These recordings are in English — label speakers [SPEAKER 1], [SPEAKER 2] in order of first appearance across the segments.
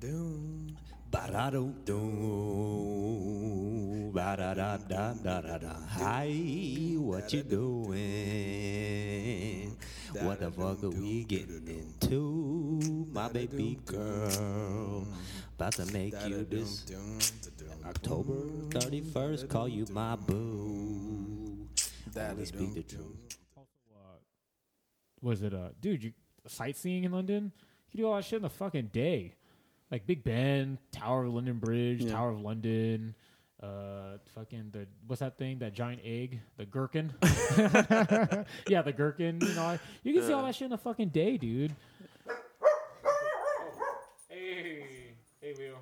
[SPEAKER 1] Doom.
[SPEAKER 2] Ba-da-dum-dum, ba-da-da-da-da-da-da. Hi, what you doing? What the fuck are we getting into? My baby girl, about to make you this October 31st, call you my boo. Always speak the truth.
[SPEAKER 3] was it uh dude you sightseeing in london you do all that shit in a fucking day like big ben tower of london bridge tower of london uh fucking the what's that thing that giant egg the gherkin yeah the gherkin you know you can see all that shit in a fucking day dude hey hey Leo.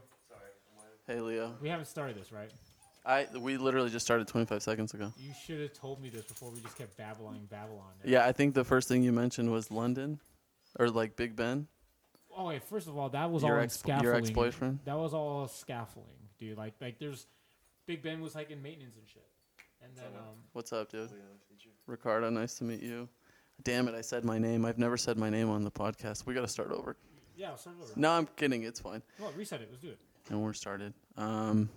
[SPEAKER 4] Hey Leo,
[SPEAKER 3] we haven't started this right
[SPEAKER 4] I we literally just started 25 seconds ago.
[SPEAKER 3] you should have told me this before we just kept babbling babylon
[SPEAKER 4] Yeah, I think the first thing you mentioned was London, or like Big Ben.
[SPEAKER 3] Oh wait, first of all, that was
[SPEAKER 4] Your
[SPEAKER 3] all in
[SPEAKER 4] ex- your
[SPEAKER 3] scaffolding.
[SPEAKER 4] ex-boyfriend?
[SPEAKER 3] That was all scaffolding, dude. Like like there's Big Ben was like in maintenance and shit. And then um
[SPEAKER 4] What's up, dude? Ricardo, nice to meet you. Damn it, I said my name. I've never said my name on the podcast. We got to start over.
[SPEAKER 3] yeah, I'll start it over.
[SPEAKER 4] No, I'm kidding. It's fine.
[SPEAKER 3] Come on, reset it. Let's do it.
[SPEAKER 4] And we're started. Um,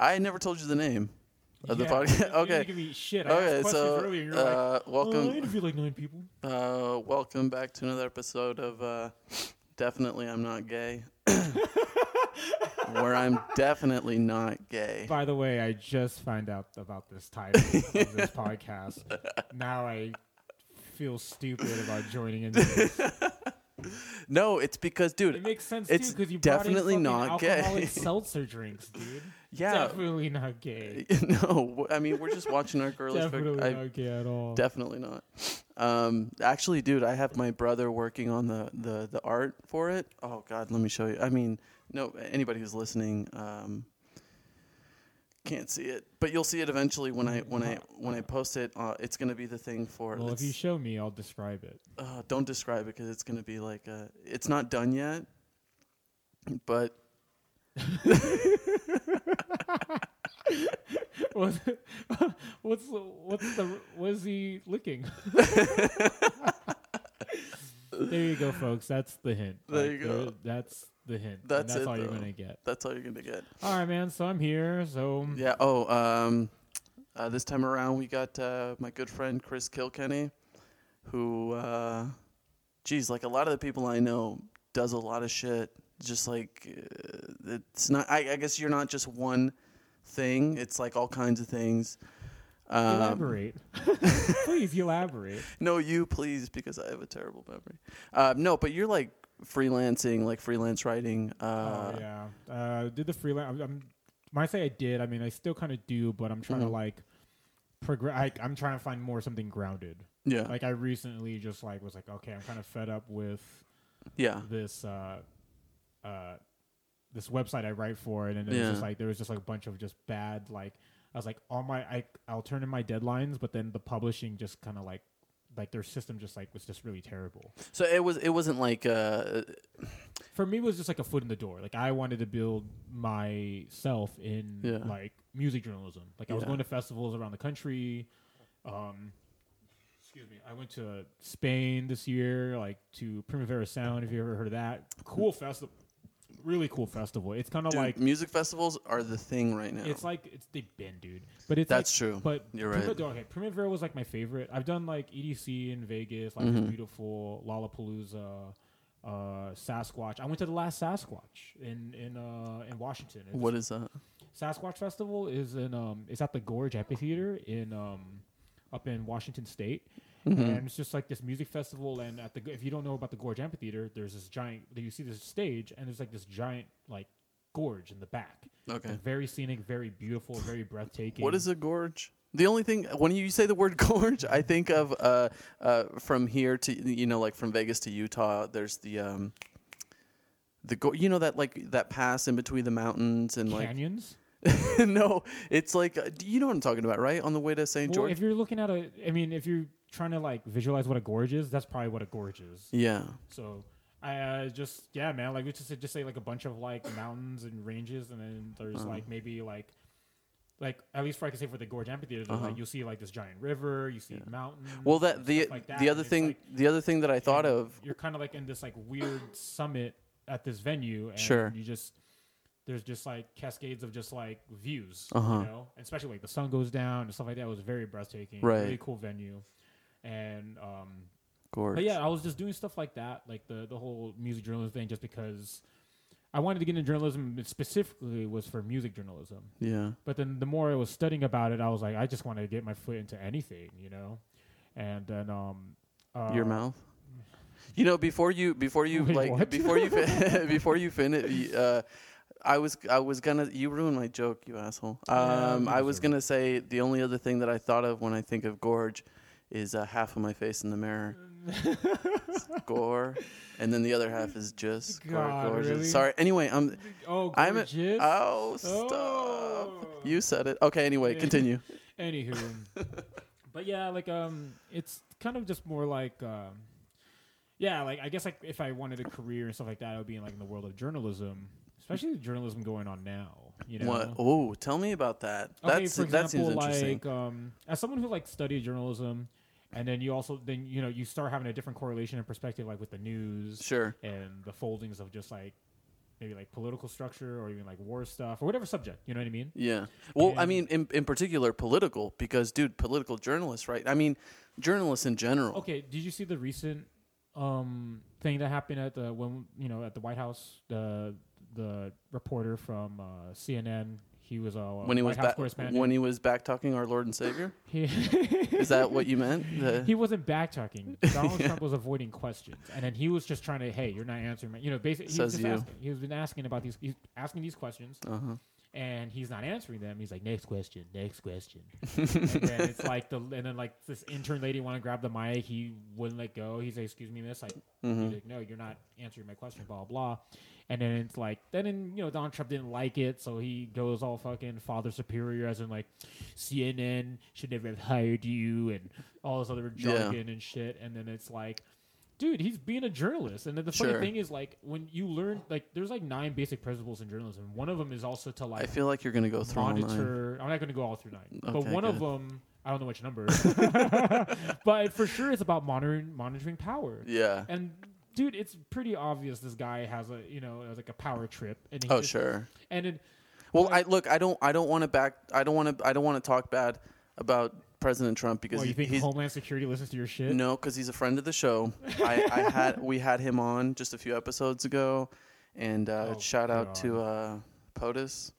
[SPEAKER 4] I never told you the name of the
[SPEAKER 3] Yeah, you-
[SPEAKER 4] podcast.
[SPEAKER 3] you didn't
[SPEAKER 4] okay.
[SPEAKER 3] give me shit. I asked
[SPEAKER 4] Okay,
[SPEAKER 3] questions
[SPEAKER 4] so
[SPEAKER 3] earlier. You're like,
[SPEAKER 4] uh,
[SPEAKER 3] "Uh, I
[SPEAKER 4] welcome,
[SPEAKER 3] interviewed like nine people.
[SPEAKER 4] uh, welcome back to another episode of uh, Definitely I'm Not Gay, where I'm definitely not gay.
[SPEAKER 3] By the way, I just found out about this title of this podcast. Now I feel stupid about joining in. This.
[SPEAKER 4] No, it's because,
[SPEAKER 3] It
[SPEAKER 4] dude,
[SPEAKER 3] makes sense
[SPEAKER 4] It's
[SPEAKER 3] too because you
[SPEAKER 4] definitely
[SPEAKER 3] brought in
[SPEAKER 4] not
[SPEAKER 3] fucking
[SPEAKER 4] gay.
[SPEAKER 3] alcoholic seltzer drinks, dude.
[SPEAKER 4] yeah,
[SPEAKER 3] Definitely not gay.
[SPEAKER 4] no, I mean we're just watching our girlish. fic-
[SPEAKER 3] Definitely
[SPEAKER 4] I-
[SPEAKER 3] not gay at all.
[SPEAKER 4] Definitely not. Um, actually, dude, I have my brother working on the, the, the art for it. Oh God, let me show you. I mean, no, anybody who's listening um, can't see it, but you'll see it eventually when I when I when I post it. Uh, it's gonna be the thing for.
[SPEAKER 3] Well, if
[SPEAKER 4] it's-
[SPEAKER 3] you show me, I'll describe it.
[SPEAKER 4] uh, don't describe it because it's gonna be like uh it's not done yet, but
[SPEAKER 3] what's what's the- what's the what is he licking? there you go, folks. That's the hint.
[SPEAKER 4] There you go.
[SPEAKER 3] That's the hint. and
[SPEAKER 4] That's
[SPEAKER 3] that's
[SPEAKER 4] it,
[SPEAKER 3] all you're
[SPEAKER 4] though.
[SPEAKER 3] gonna get.
[SPEAKER 4] that's all you're gonna get.
[SPEAKER 3] All right, man. So I'm here. So
[SPEAKER 4] Yeah. Oh, um, uh, this time around we got uh, my good friend Chris Kilkenny, who, uh, geez, like a lot of the people I know, does a lot of shit. Just like uh, it's not. I, I guess you're not just one thing. It's like all kinds of things. Um,
[SPEAKER 3] elaborate, please elaborate.
[SPEAKER 4] no, you please, because I have a terrible memory. Uh, no, but you're like freelancing, like freelance writing. Uh,
[SPEAKER 3] oh yeah. Uh, did the freelance? I'm, I'm, when I say I did, I mean I still kind of do, but I'm trying
[SPEAKER 4] Mhm.
[SPEAKER 3] to like progress. I'm trying to find more something grounded.
[SPEAKER 4] yeah,
[SPEAKER 3] Like I recently just like was like, okay, I'm kind of fed up with
[SPEAKER 4] yeah.
[SPEAKER 3] this uh, uh, this website I write for, and then it was just
[SPEAKER 4] Yeah.
[SPEAKER 3] like there was just like a bunch of just bad like I was like all my I I'll turn in my deadlines, but then the publishing just kind of like like their system just like was just really terrible.
[SPEAKER 4] So it was. It wasn't like. Uh,
[SPEAKER 3] For me, it was just like a foot in the door. Like I wanted to build myself in
[SPEAKER 4] Yeah.
[SPEAKER 3] like music journalism. Like I was
[SPEAKER 4] Yeah.
[SPEAKER 3] going to festivals around the country. Um, excuse me. I went to Spain this year, like to Primavera Sound. If you ever heard of that, cool festival, really cool festival. It's kind of
[SPEAKER 4] Dude,
[SPEAKER 3] like
[SPEAKER 4] music festivals are the thing right now.
[SPEAKER 3] it's like it's they've been, dude. But it's
[SPEAKER 4] That's
[SPEAKER 3] like-
[SPEAKER 4] true.
[SPEAKER 3] But
[SPEAKER 4] You're
[SPEAKER 3] Prima-
[SPEAKER 4] right.
[SPEAKER 3] Okay, Primavera was like my favorite. I've done like EDC in Vegas, like
[SPEAKER 4] Mm-hmm.
[SPEAKER 3] beautiful Lollapalooza, uh, Sasquatch. I went to the last Sasquatch in in uh, in Washington. It's-
[SPEAKER 4] what is that?
[SPEAKER 3] Sasquatch Festival is in um it's at the Gorge Amphitheater in um up in Washington State.
[SPEAKER 4] Mm-hmm.
[SPEAKER 3] And it's just like this music festival, and at the if you don't know about the Gorge Amphitheater, there's this giant. You see this stage, and there's like this giant like gorge in the back.
[SPEAKER 4] Okay.
[SPEAKER 3] It's very scenic, very beautiful, very breathtaking.
[SPEAKER 4] What is a gorge? The only thing when you say the word gorge, I think of uh, uh, from here to you know like from Vegas to Utah. There's the um, the go- you know that like that pass in between the mountains and
[SPEAKER 3] canyons?
[SPEAKER 4] like no, it's like uh, do you know what I'm talking about, right? On the way to St.
[SPEAKER 3] well,
[SPEAKER 4] George.
[SPEAKER 3] if you're looking at a, I mean, if you're trying to like visualize what a gorge is, that's probably what a gorge is.
[SPEAKER 4] yeah,
[SPEAKER 3] So I uh, just yeah, man. Like we just just say like a bunch of like mountains and ranges, and then there's
[SPEAKER 4] Uh-huh.
[SPEAKER 3] like maybe like like at least for I can say for the Gorge Amphitheater, there's, like you'll see like this giant river, you see mountains.
[SPEAKER 4] Uh-huh. well that
[SPEAKER 3] and
[SPEAKER 4] the
[SPEAKER 3] stuff like that,
[SPEAKER 4] the
[SPEAKER 3] and
[SPEAKER 4] other
[SPEAKER 3] it's,
[SPEAKER 4] thing
[SPEAKER 3] like,
[SPEAKER 4] the other thing that I thought of
[SPEAKER 3] you're kind of like in this like weird summit at this venue, and
[SPEAKER 4] Sure.
[SPEAKER 3] you just there's just like cascades of just like views,
[SPEAKER 4] Uh-huh.
[SPEAKER 3] you know, and especially like the sun goes down and stuff like that. It was very breathtaking,
[SPEAKER 4] Right.
[SPEAKER 3] Really cool venue, and um,
[SPEAKER 4] Gorge.
[SPEAKER 3] but yeah, I was just doing stuff like that, like the the whole music journalism thing, just because I wanted to get into journalism. and Specifically, was for music journalism.
[SPEAKER 4] Yeah.
[SPEAKER 3] But then the more I was studying about it, I was like, I just want to get my foot into anything, you know. And then um, uh,
[SPEAKER 4] Your mouth. You know, before you before you
[SPEAKER 3] Wait,
[SPEAKER 4] like
[SPEAKER 3] what?
[SPEAKER 4] before you fin- before you finish, uh, I was I was gonna you ruined my joke, you asshole.
[SPEAKER 3] Yeah,
[SPEAKER 4] Um,
[SPEAKER 3] you
[SPEAKER 4] I was
[SPEAKER 3] deserve
[SPEAKER 4] gonna say the only other thing that I thought of when I think of gorge is uh, half of my face in the mirror. It's gore, and then the other half is just gore-
[SPEAKER 3] God,
[SPEAKER 4] gorgeous.
[SPEAKER 3] really?
[SPEAKER 4] Sorry. Anyway, I'm
[SPEAKER 3] Oh,
[SPEAKER 4] I'm a-
[SPEAKER 3] gorgeous.
[SPEAKER 4] oh stop.
[SPEAKER 3] Oh.
[SPEAKER 4] You said it. Okay. Anyway,
[SPEAKER 3] Yeah.
[SPEAKER 4] continue.
[SPEAKER 3] Anywho, but yeah, like um, it's kind of just more like um, yeah, like I guess like if I wanted a career and stuff like that, I would be in like in the world of journalism, especially the journalism going on now. You know,
[SPEAKER 4] What? Oh, tell me about that.
[SPEAKER 3] okay,
[SPEAKER 4] That's
[SPEAKER 3] for example,
[SPEAKER 4] that seems interesting.
[SPEAKER 3] like um, as someone who like studied journalism, and then you also then you know you start having a different correlation and perspective like with the news
[SPEAKER 4] sure.
[SPEAKER 3] and the foldings of just like maybe like political structure or even like war stuff or whatever subject. You know what I mean?
[SPEAKER 4] Yeah. Well, I
[SPEAKER 3] And-
[SPEAKER 4] mean, in, in particular, political, because, dude, political journalists, right? I mean, journalists in general.
[SPEAKER 3] Okay, did you see the recent um, thing that happened at the when you know at the White House the the reporter from uh, CNN he was a
[SPEAKER 4] When he
[SPEAKER 3] White
[SPEAKER 4] was
[SPEAKER 3] House
[SPEAKER 4] back,
[SPEAKER 3] correspondent.
[SPEAKER 4] when he was back talking our Lord and Savior,
[SPEAKER 3] he,
[SPEAKER 4] is that what you meant? The-
[SPEAKER 3] he wasn't back talking. Donald Trump was avoiding questions, and then he was just trying to hey you're not answering my you know basically he was
[SPEAKER 4] Says
[SPEAKER 3] just
[SPEAKER 4] you.
[SPEAKER 3] asking, he was been asking about these he's asking these questions
[SPEAKER 4] uh-huh.
[SPEAKER 3] and he's not answering them. He's like, next question, next question. and then it's like the and then like this intern lady want to grab the mic. He wouldn't let go. He's like, excuse me, miss. Like,
[SPEAKER 4] Mm-hmm.
[SPEAKER 3] he's like, no, you're not answering my question. Blah blah. And then it's like, then and you know Donald Trump didn't like it, so he goes all fucking father superior, as in like CNN should never have hired you and all this other
[SPEAKER 4] Yeah.
[SPEAKER 3] jargon and shit. And then it's like. Dude, he's being a journalist, and then the funny
[SPEAKER 4] Sure.
[SPEAKER 3] thing is, like, when you learn, like, there's like nine basic principles in journalism. One of them is also to
[SPEAKER 4] I
[SPEAKER 3] like
[SPEAKER 4] feel like you're going to go through all nine.
[SPEAKER 3] monitor. I'm not going to go all through nine, but
[SPEAKER 4] Okay,
[SPEAKER 3] one of
[SPEAKER 4] good.
[SPEAKER 3] them, I don't know which number, but for sure it's about monitoring monitoring power.
[SPEAKER 4] Yeah.
[SPEAKER 3] And dude, it's pretty obvious this guy has a you know has like a power trip. And he
[SPEAKER 4] Oh,
[SPEAKER 3] just-
[SPEAKER 4] sure.
[SPEAKER 3] And it,
[SPEAKER 4] Well, I look, I don't, I don't want to back, I don't want to, I don't want to talk bad about President Trump because
[SPEAKER 3] well, you
[SPEAKER 4] he-
[SPEAKER 3] think
[SPEAKER 4] he's,
[SPEAKER 3] Homeland Security listens to your shit?
[SPEAKER 4] No, because he's a friend of the show. I, I had we had him on just a few episodes ago, and uh,
[SPEAKER 3] Oh,
[SPEAKER 4] shout out to uh, POTUS.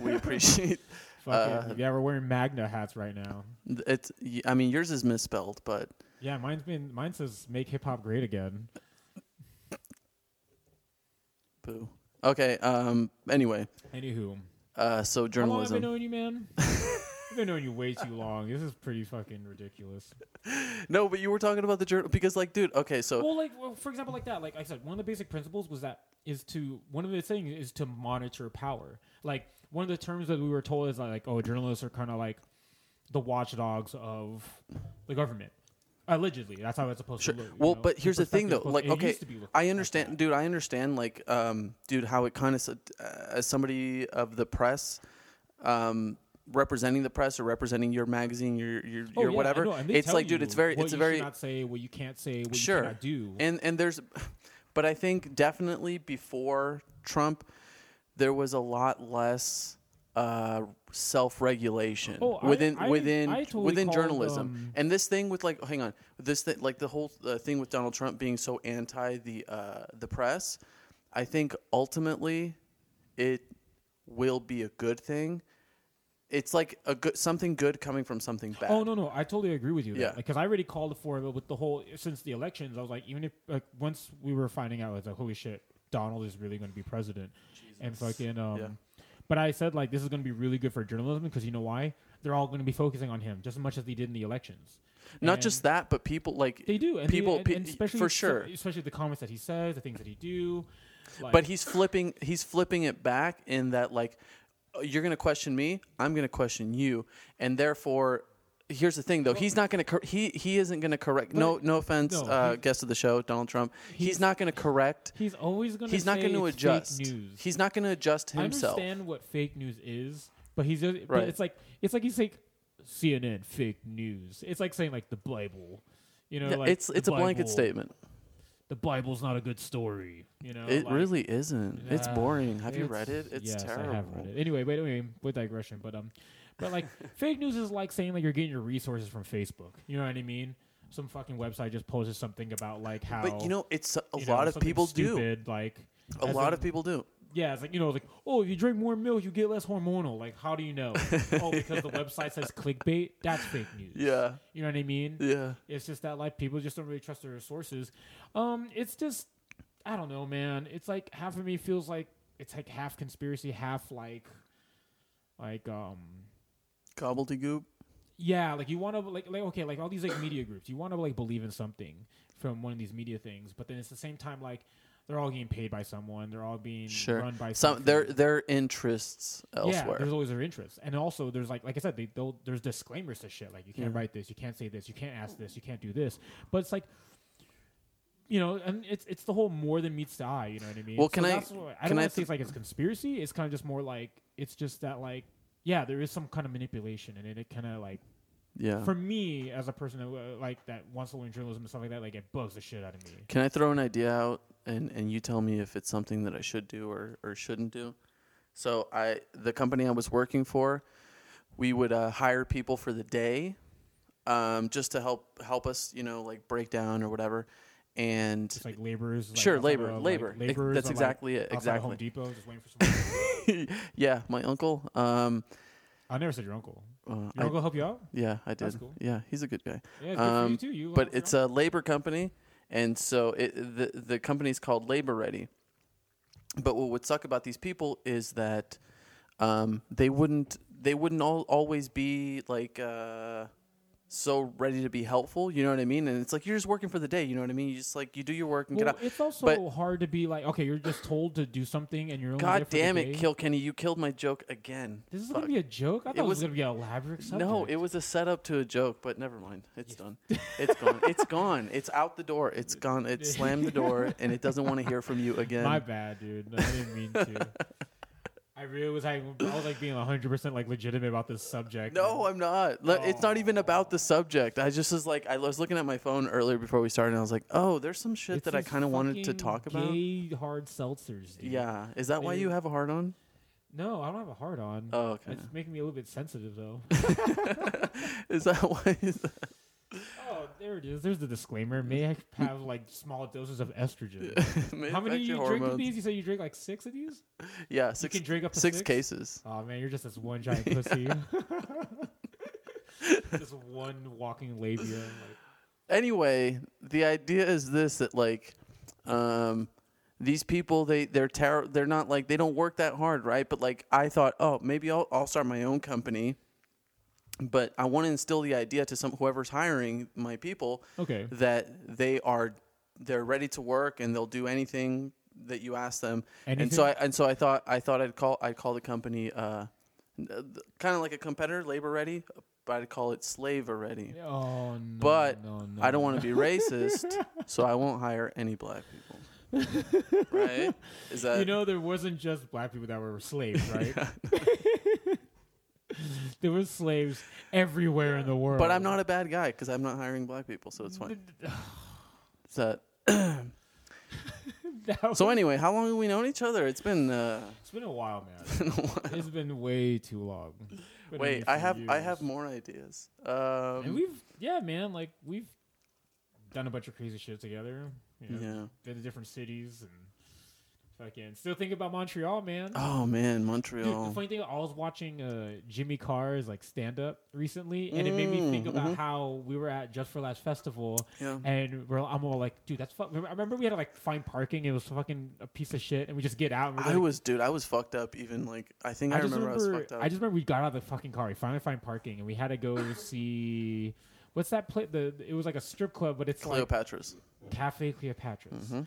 [SPEAKER 4] we appreciate.
[SPEAKER 3] Fuck
[SPEAKER 4] uh,
[SPEAKER 3] it. yeah, we're wearing Magna hats right now.
[SPEAKER 4] It's. I mean, yours is misspelled, but
[SPEAKER 3] Yeah, mine's been mine says make hip hop great again.
[SPEAKER 4] boo. Okay. Um. Anyway.
[SPEAKER 3] Anywho,
[SPEAKER 4] Uh. So
[SPEAKER 3] how long have I
[SPEAKER 4] journalism.
[SPEAKER 3] known you, man? I've been knowing you way too long. This is pretty fucking ridiculous.
[SPEAKER 4] No, but you were talking about the journal because, like, dude. Okay. So.
[SPEAKER 3] well, like well, for example, like that. Like I said, one of the basic principles was that is to one of the things is to monitor power. Like one of the terms that we were told is like, oh, journalists are kind of like the watchdogs of the government. Allegedly, that's how it's supposed
[SPEAKER 4] Sure.
[SPEAKER 3] to look. you
[SPEAKER 4] Well,
[SPEAKER 3] know?
[SPEAKER 4] but here's the thing, though.
[SPEAKER 3] perspective
[SPEAKER 4] Like,
[SPEAKER 3] supposed- it
[SPEAKER 4] okay,
[SPEAKER 3] used to be looked
[SPEAKER 4] I
[SPEAKER 3] like
[SPEAKER 4] understand,
[SPEAKER 3] that.
[SPEAKER 4] dude. I understand, like, um, dude, how it kind of, uh, as somebody of the press, um, representing the press or representing your magazine, your your,
[SPEAKER 3] Oh,
[SPEAKER 4] your
[SPEAKER 3] yeah, I
[SPEAKER 4] whatever.
[SPEAKER 3] know, and they
[SPEAKER 4] It's
[SPEAKER 3] tell
[SPEAKER 4] like, dude,
[SPEAKER 3] you
[SPEAKER 4] it's very,
[SPEAKER 3] what
[SPEAKER 4] it's a
[SPEAKER 3] you
[SPEAKER 4] very
[SPEAKER 3] should not say what you can't say, what
[SPEAKER 4] sure.
[SPEAKER 3] you cannot do.
[SPEAKER 4] And and there's, but I think definitely before Trump, there was a lot less. Uh, self-regulation
[SPEAKER 3] Oh, I-
[SPEAKER 4] within
[SPEAKER 3] I-
[SPEAKER 4] within
[SPEAKER 3] I totally
[SPEAKER 4] within
[SPEAKER 3] called,
[SPEAKER 4] journalism,
[SPEAKER 3] um,
[SPEAKER 4] and this thing with like, hang on, this thing like the whole uh, thing with Donald Trump being so anti the uh, the press, I think ultimately it will be a good thing. It's like a good something good coming from something bad.
[SPEAKER 3] Oh no, no, I totally agree with you.
[SPEAKER 4] Yeah.
[SPEAKER 3] Yeah, because I already called for it with the whole since the elections. I was like, even if like once we were finding out, I was like, holy shit, Donald is really going to be president, and fucking um.
[SPEAKER 4] Yeah.
[SPEAKER 3] But I said like this is going to be really good for journalism because you know why they're all going to be focusing on him just as much as they did in the elections.
[SPEAKER 4] Not
[SPEAKER 3] And
[SPEAKER 4] just that, but people like
[SPEAKER 3] they do and they-
[SPEAKER 4] people
[SPEAKER 3] and-
[SPEAKER 4] pe-
[SPEAKER 3] and especially
[SPEAKER 4] for sure.
[SPEAKER 3] especially the comments that he says, the things that he do. Like,
[SPEAKER 4] But he's flipping he's flipping it back in that like uh, you're going to question me, I'm going to question you, and therefore here's the thing though he's not going to cor- he he isn't going to correct no no offense
[SPEAKER 3] no,
[SPEAKER 4] uh,
[SPEAKER 3] he-
[SPEAKER 4] guest of the show Donald Trump he's,
[SPEAKER 3] he's-
[SPEAKER 4] not going to correct
[SPEAKER 3] he's always going to
[SPEAKER 4] he's not going to adjust
[SPEAKER 3] news.
[SPEAKER 4] he's not going to adjust himself
[SPEAKER 3] I understand what fake news is, but he's just, but
[SPEAKER 4] Right.
[SPEAKER 3] it's like it's like he's like CNN fake news. It's like saying like the Bible, you know?
[SPEAKER 4] Yeah,
[SPEAKER 3] like
[SPEAKER 4] it's
[SPEAKER 3] the
[SPEAKER 4] it's a blanket
[SPEAKER 3] Bible-
[SPEAKER 4] statement
[SPEAKER 3] the Bible's not a good story. You know,
[SPEAKER 4] it
[SPEAKER 3] like-
[SPEAKER 4] really isn't. it's
[SPEAKER 3] Uh,
[SPEAKER 4] boring. Have you read it?
[SPEAKER 3] it's-
[SPEAKER 4] It's
[SPEAKER 3] yes,
[SPEAKER 4] terrible.
[SPEAKER 3] I have read it. Anyway, but anyway, with digression, but um, but like fake news is like saying like you're getting your resources from Facebook. You know what I mean? Some fucking website just posted something about like how.
[SPEAKER 4] But you know, it's a
[SPEAKER 3] you know,
[SPEAKER 4] lot of
[SPEAKER 3] something
[SPEAKER 4] people
[SPEAKER 3] stupid, Like
[SPEAKER 4] do. A
[SPEAKER 3] as
[SPEAKER 4] lot
[SPEAKER 3] in-
[SPEAKER 4] of people do.
[SPEAKER 3] Yeah, it's like you know, like oh, if you drink more milk, you get less hormonal. Like, how do you know? oh, because the website says clickbait. That's fake news.
[SPEAKER 4] Yeah.
[SPEAKER 3] you know what I mean.
[SPEAKER 4] Yeah.
[SPEAKER 3] It's just that like people just don't really trust their sources. Um, it's just I don't know, man. It's like half of me feels like it's like half conspiracy, half like like um
[SPEAKER 4] Gobbledygook.
[SPEAKER 3] yeah, like you want to like like okay, like all these like media groups, you want to like believe in something from one of these media things, but then it's the same time like they're all getting paid by someone, they're all being
[SPEAKER 4] Sure.
[SPEAKER 3] run by
[SPEAKER 4] Some
[SPEAKER 3] something.
[SPEAKER 4] their their interests
[SPEAKER 3] Yeah,
[SPEAKER 4] elsewhere.
[SPEAKER 3] there's always their interests, and also there's like like I said, they, they'll, there's disclaimers to shit. Like you can't write this, you can't say this, you can't ask this, you can't do this. But it's like, you know, and it's it's the whole more than meets the eye. You know what I mean?
[SPEAKER 4] Well, can I-
[SPEAKER 3] that's what- I
[SPEAKER 4] can
[SPEAKER 3] don't
[SPEAKER 4] I
[SPEAKER 3] want to say
[SPEAKER 4] th-
[SPEAKER 3] it's like it's conspiracy. It's kind of just more like it's just that like yeah, there is some kind of manipulation, and it, it kind of like
[SPEAKER 4] yeah.
[SPEAKER 3] for me as a person who, uh, like that wants to learn journalism and stuff like that, like it bugs the shit out of me.
[SPEAKER 4] Can I throw an idea out and, and you tell me if it's something that I should do or, or shouldn't do? So I the company I was working for, we would uh, hire people for the day, um, just to help help us, you know, like break down or whatever. And
[SPEAKER 3] It's like laborers, like,
[SPEAKER 4] Sure,
[SPEAKER 3] outside
[SPEAKER 4] labor,
[SPEAKER 3] of, like,
[SPEAKER 4] labor. Ex-
[SPEAKER 3] laborers
[SPEAKER 4] that's
[SPEAKER 3] are, like,
[SPEAKER 4] exactly
[SPEAKER 3] outside
[SPEAKER 4] it,
[SPEAKER 3] of
[SPEAKER 4] exactly.
[SPEAKER 3] Home Depot, just waiting for someone.
[SPEAKER 4] yeah, my uncle. Um,
[SPEAKER 3] I never said your uncle.
[SPEAKER 4] uh,
[SPEAKER 3] Your
[SPEAKER 4] I-
[SPEAKER 3] uncle help you out?
[SPEAKER 4] yeah, I did.
[SPEAKER 3] That's cool.
[SPEAKER 4] Yeah, he's a good guy.
[SPEAKER 3] Yeah, it's good
[SPEAKER 4] Um,
[SPEAKER 3] for you too. You uh,
[SPEAKER 4] but it's a labor company, and so it, the the company's called Labor Ready. But what would suck about these people is that um, they wouldn't they wouldn't all, always be like uh, so ready to be helpful. You know what I mean? And it's like you're just working for the day. You know what I mean? You just like you do your work and
[SPEAKER 3] well,
[SPEAKER 4] get out.
[SPEAKER 3] it's also
[SPEAKER 4] but-
[SPEAKER 3] hard to be like, okay, you're just told to do something and you're only there
[SPEAKER 4] God
[SPEAKER 3] for the
[SPEAKER 4] damn
[SPEAKER 3] day.
[SPEAKER 4] it, Kilkenny! You killed my joke again.
[SPEAKER 3] This is
[SPEAKER 4] Fuck.
[SPEAKER 3] gonna be a joke. I thought it was,
[SPEAKER 4] was-
[SPEAKER 3] gonna be an elaborate. Subject.
[SPEAKER 4] No, it was a setup to a joke, but never mind. It's done. It's gone. It's gone. It's out the door. It's gone. It slammed the door, and it doesn't want to hear from you again.
[SPEAKER 3] my bad, dude. No, I didn't mean to. I really was. I, I was like being 100 percent like legitimate about this subject.
[SPEAKER 4] No, I'm not. Le- It's not even about the subject. I just was like, I was looking at my phone earlier before we started, and I was like, oh, there's some shit
[SPEAKER 3] It's
[SPEAKER 4] that I
[SPEAKER 3] these
[SPEAKER 4] kind of wanted to
[SPEAKER 3] fucking
[SPEAKER 4] talk about.
[SPEAKER 3] Gay hard seltzers. Dude.
[SPEAKER 4] Yeah. Is that why you have a hard on?
[SPEAKER 3] No, I don't have a hard on.
[SPEAKER 4] Oh, okay.
[SPEAKER 3] It's making me a little bit sensitive though.
[SPEAKER 4] Is that why?
[SPEAKER 3] oh, there it is. There's the disclaimer. May I have like small doses of estrogen. How many you drink of these? You said you drink like six of these.
[SPEAKER 4] Yeah, six,
[SPEAKER 3] can drink up to
[SPEAKER 4] six,
[SPEAKER 3] six?
[SPEAKER 4] cases.
[SPEAKER 3] Oh man, you're just this one giant pussy. just one walking labia. Like,
[SPEAKER 4] anyway, the idea is this that like um these people they they're ter- they're not like they don't work that hard, right? But like I thought, oh, maybe I'll I'll start my own company. But I want to instill the idea to some whoever's hiring my people
[SPEAKER 3] okay.
[SPEAKER 4] that they are they're ready to work and they'll do anything that you ask them. And so I and so I thought I thought I'd call I'd call the company uh kind of like a competitor, labor ready, but I'd call it slave ready.
[SPEAKER 3] Oh no.
[SPEAKER 4] But
[SPEAKER 3] no, no,
[SPEAKER 4] I don't want to be racist, so I won't hire any black people. right? Is that
[SPEAKER 3] You know, there wasn't just black people that were slaves, right? there were slaves everywhere in the world.
[SPEAKER 4] But I'm not a bad guy because I'm not hiring black people, so it's fine. Is that
[SPEAKER 3] That was-
[SPEAKER 4] so? Anyway, how long have we known each other? It's been. Uh,
[SPEAKER 3] it's been a while, man. It's been way too long. It's been
[SPEAKER 4] wait,
[SPEAKER 3] a
[SPEAKER 4] I
[SPEAKER 3] few
[SPEAKER 4] have I
[SPEAKER 3] years.
[SPEAKER 4] have more ideas.
[SPEAKER 3] And
[SPEAKER 4] Um,
[SPEAKER 3] we've yeah, man, like we've done a bunch of crazy shit together. You know,
[SPEAKER 4] Yeah.
[SPEAKER 3] Been to different cities and fucking still think about Montreal, man.
[SPEAKER 4] oh man,
[SPEAKER 3] Dude, the
[SPEAKER 4] Montreal.
[SPEAKER 3] funny thing, I was watching uh, Jimmy Carr's like stand up recently, and it made me think
[SPEAKER 4] Mm,
[SPEAKER 3] about how we were at Just for Last Festival,
[SPEAKER 4] Yeah.
[SPEAKER 3] and we're, I'm all like, dude, that's fuck. I remember we had to like find parking; it was fucking a piece of shit, and we just get out. And we're
[SPEAKER 4] I
[SPEAKER 3] like,
[SPEAKER 4] was dude. I was fucked up. Even like I think I,
[SPEAKER 3] I just
[SPEAKER 4] remember,
[SPEAKER 3] remember.
[SPEAKER 4] I was fucked up.
[SPEAKER 3] just remember we got out of the fucking car. We finally find parking, and we had to go see what's that place? The it was like a strip club, but it's like
[SPEAKER 4] Cleopatra's.
[SPEAKER 3] Cafe Cleopatra's.
[SPEAKER 4] Mm-hmm.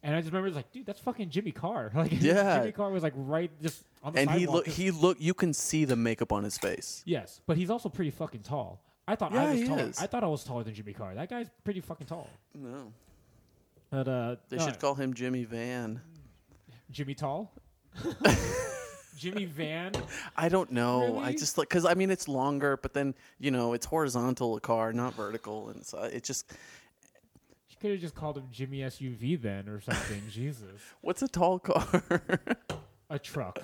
[SPEAKER 3] And I just remember, it's like, dude, that's fucking Jimmy Carr. Like,
[SPEAKER 4] Yeah.
[SPEAKER 3] Jimmy Carr was like right just on the
[SPEAKER 4] And he
[SPEAKER 3] sidewalk.
[SPEAKER 4] look.
[SPEAKER 3] just-
[SPEAKER 4] He look. You can see the makeup on his face.
[SPEAKER 3] yes, but he's also pretty fucking tall. I thought
[SPEAKER 4] Yeah,
[SPEAKER 3] I was
[SPEAKER 4] he
[SPEAKER 3] taller.
[SPEAKER 4] is.
[SPEAKER 3] I thought I was taller than Jimmy Carr. That guy's pretty fucking tall.
[SPEAKER 4] No,
[SPEAKER 3] But uh,
[SPEAKER 4] they
[SPEAKER 3] all
[SPEAKER 4] should
[SPEAKER 3] right.
[SPEAKER 4] call him Jimmy Van.
[SPEAKER 3] Jimmy Tall. Jimmy Van.
[SPEAKER 4] I don't know. I
[SPEAKER 3] Really?
[SPEAKER 4] just like because I mean it's longer, but then you know it's horizontal a car, not vertical, and so it just
[SPEAKER 3] could have just called him Jimmy SUV then or something. Jesus,
[SPEAKER 4] What's a tall car?
[SPEAKER 3] a truck.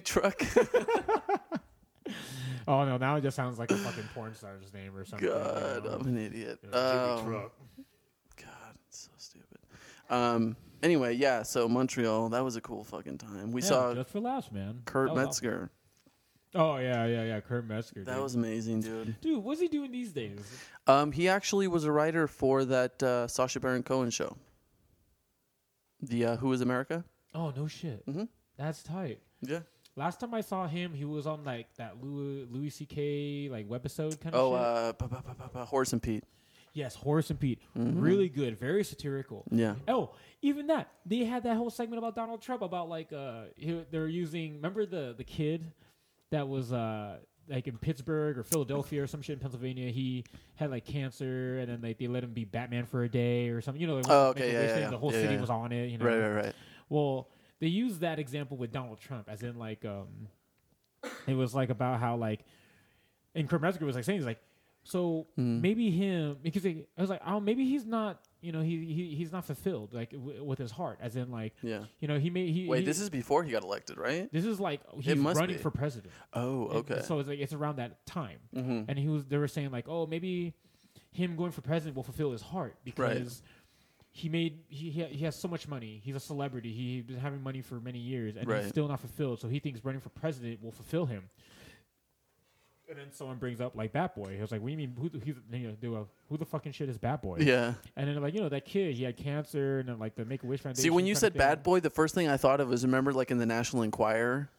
[SPEAKER 4] Truck.
[SPEAKER 3] Oh no, now it just sounds like a fucking porn star's name or something. you
[SPEAKER 4] God,
[SPEAKER 3] know?
[SPEAKER 4] I'm an idiot.
[SPEAKER 3] Yeah,
[SPEAKER 4] Um, God, it's so stupid. Um. Anyway, yeah. So Montreal, that was a cool fucking time. We
[SPEAKER 3] Yeah,
[SPEAKER 4] saw
[SPEAKER 3] just for laughs, man.
[SPEAKER 4] Kurt
[SPEAKER 3] That was awesome.
[SPEAKER 4] Metzger.
[SPEAKER 3] Oh yeah, yeah, yeah. Kurt Metzger.
[SPEAKER 4] That
[SPEAKER 3] dude.
[SPEAKER 4] was amazing, dude.
[SPEAKER 3] dude. What's he doing these days?
[SPEAKER 4] Um, he actually was a writer for that uh, Sasha Baron Cohen show. The uh, Who Is America?
[SPEAKER 3] Oh no shit.
[SPEAKER 4] Mhm.
[SPEAKER 3] That's tight.
[SPEAKER 4] Yeah.
[SPEAKER 3] Last time I saw him, he was on like that Louis, Louis C.K. like webisode kind of
[SPEAKER 4] Oh,
[SPEAKER 3] shit.
[SPEAKER 4] uh, pa- pa- pa- pa- pa- Horace and Pete.
[SPEAKER 3] yes, Horace and Pete,
[SPEAKER 4] mm-hmm.
[SPEAKER 3] really good, very satirical.
[SPEAKER 4] Yeah.
[SPEAKER 3] Oh, even that they had that whole segment about Donald Trump about like uh he, they're using remember the the kid that was uh like in Pittsburgh or Philadelphia or some shit in Pennsylvania he had like cancer and then like they let him be Batman for a day or something you know like,
[SPEAKER 4] Oh,
[SPEAKER 3] like,
[SPEAKER 4] okay,
[SPEAKER 3] they
[SPEAKER 4] yeah,
[SPEAKER 3] were
[SPEAKER 4] yeah,
[SPEAKER 3] saying
[SPEAKER 4] yeah.
[SPEAKER 3] the whole
[SPEAKER 4] Yeah,
[SPEAKER 3] city
[SPEAKER 4] yeah.
[SPEAKER 3] was on it you know
[SPEAKER 4] Right, right, right.
[SPEAKER 3] well, they used that example with Donald Trump, as in like um, it was like about how like, and Kurt Metzger was like saying he's like, so
[SPEAKER 4] Hmm.
[SPEAKER 3] maybe him because he, I was like, oh, maybe he's not, you know, he, he he's not fulfilled like w- with his heart, as in like,
[SPEAKER 4] Yeah.
[SPEAKER 3] you know, he may he
[SPEAKER 4] Wait,
[SPEAKER 3] he-
[SPEAKER 4] this is before he got elected, right?
[SPEAKER 3] this is like he's
[SPEAKER 4] must
[SPEAKER 3] running
[SPEAKER 4] be.
[SPEAKER 3] for president.
[SPEAKER 4] Oh,
[SPEAKER 3] And
[SPEAKER 4] okay.
[SPEAKER 3] So it's like it's around that time, and he was they were saying like, oh, maybe him going for president will fulfill his heart because he made he he he has so much money. He's a celebrity. He's been having money for many years, and
[SPEAKER 4] Right.
[SPEAKER 3] he's still not fulfilled. So he thinks running for president will fulfill him. And then someone brings up like Bat Boy. He was like, "What do you mean? Who, the- he's, you know, they were, who the fucking shit is Bat Boy?"
[SPEAKER 4] Yeah.
[SPEAKER 3] And then like you know that kid, he had cancer, and then like the Make a Wish Foundation.
[SPEAKER 4] See, when you
[SPEAKER 3] kinda
[SPEAKER 4] said
[SPEAKER 3] thing.
[SPEAKER 4] Bad Boy, the first thing I thought of was remember, like in the National Enquirer,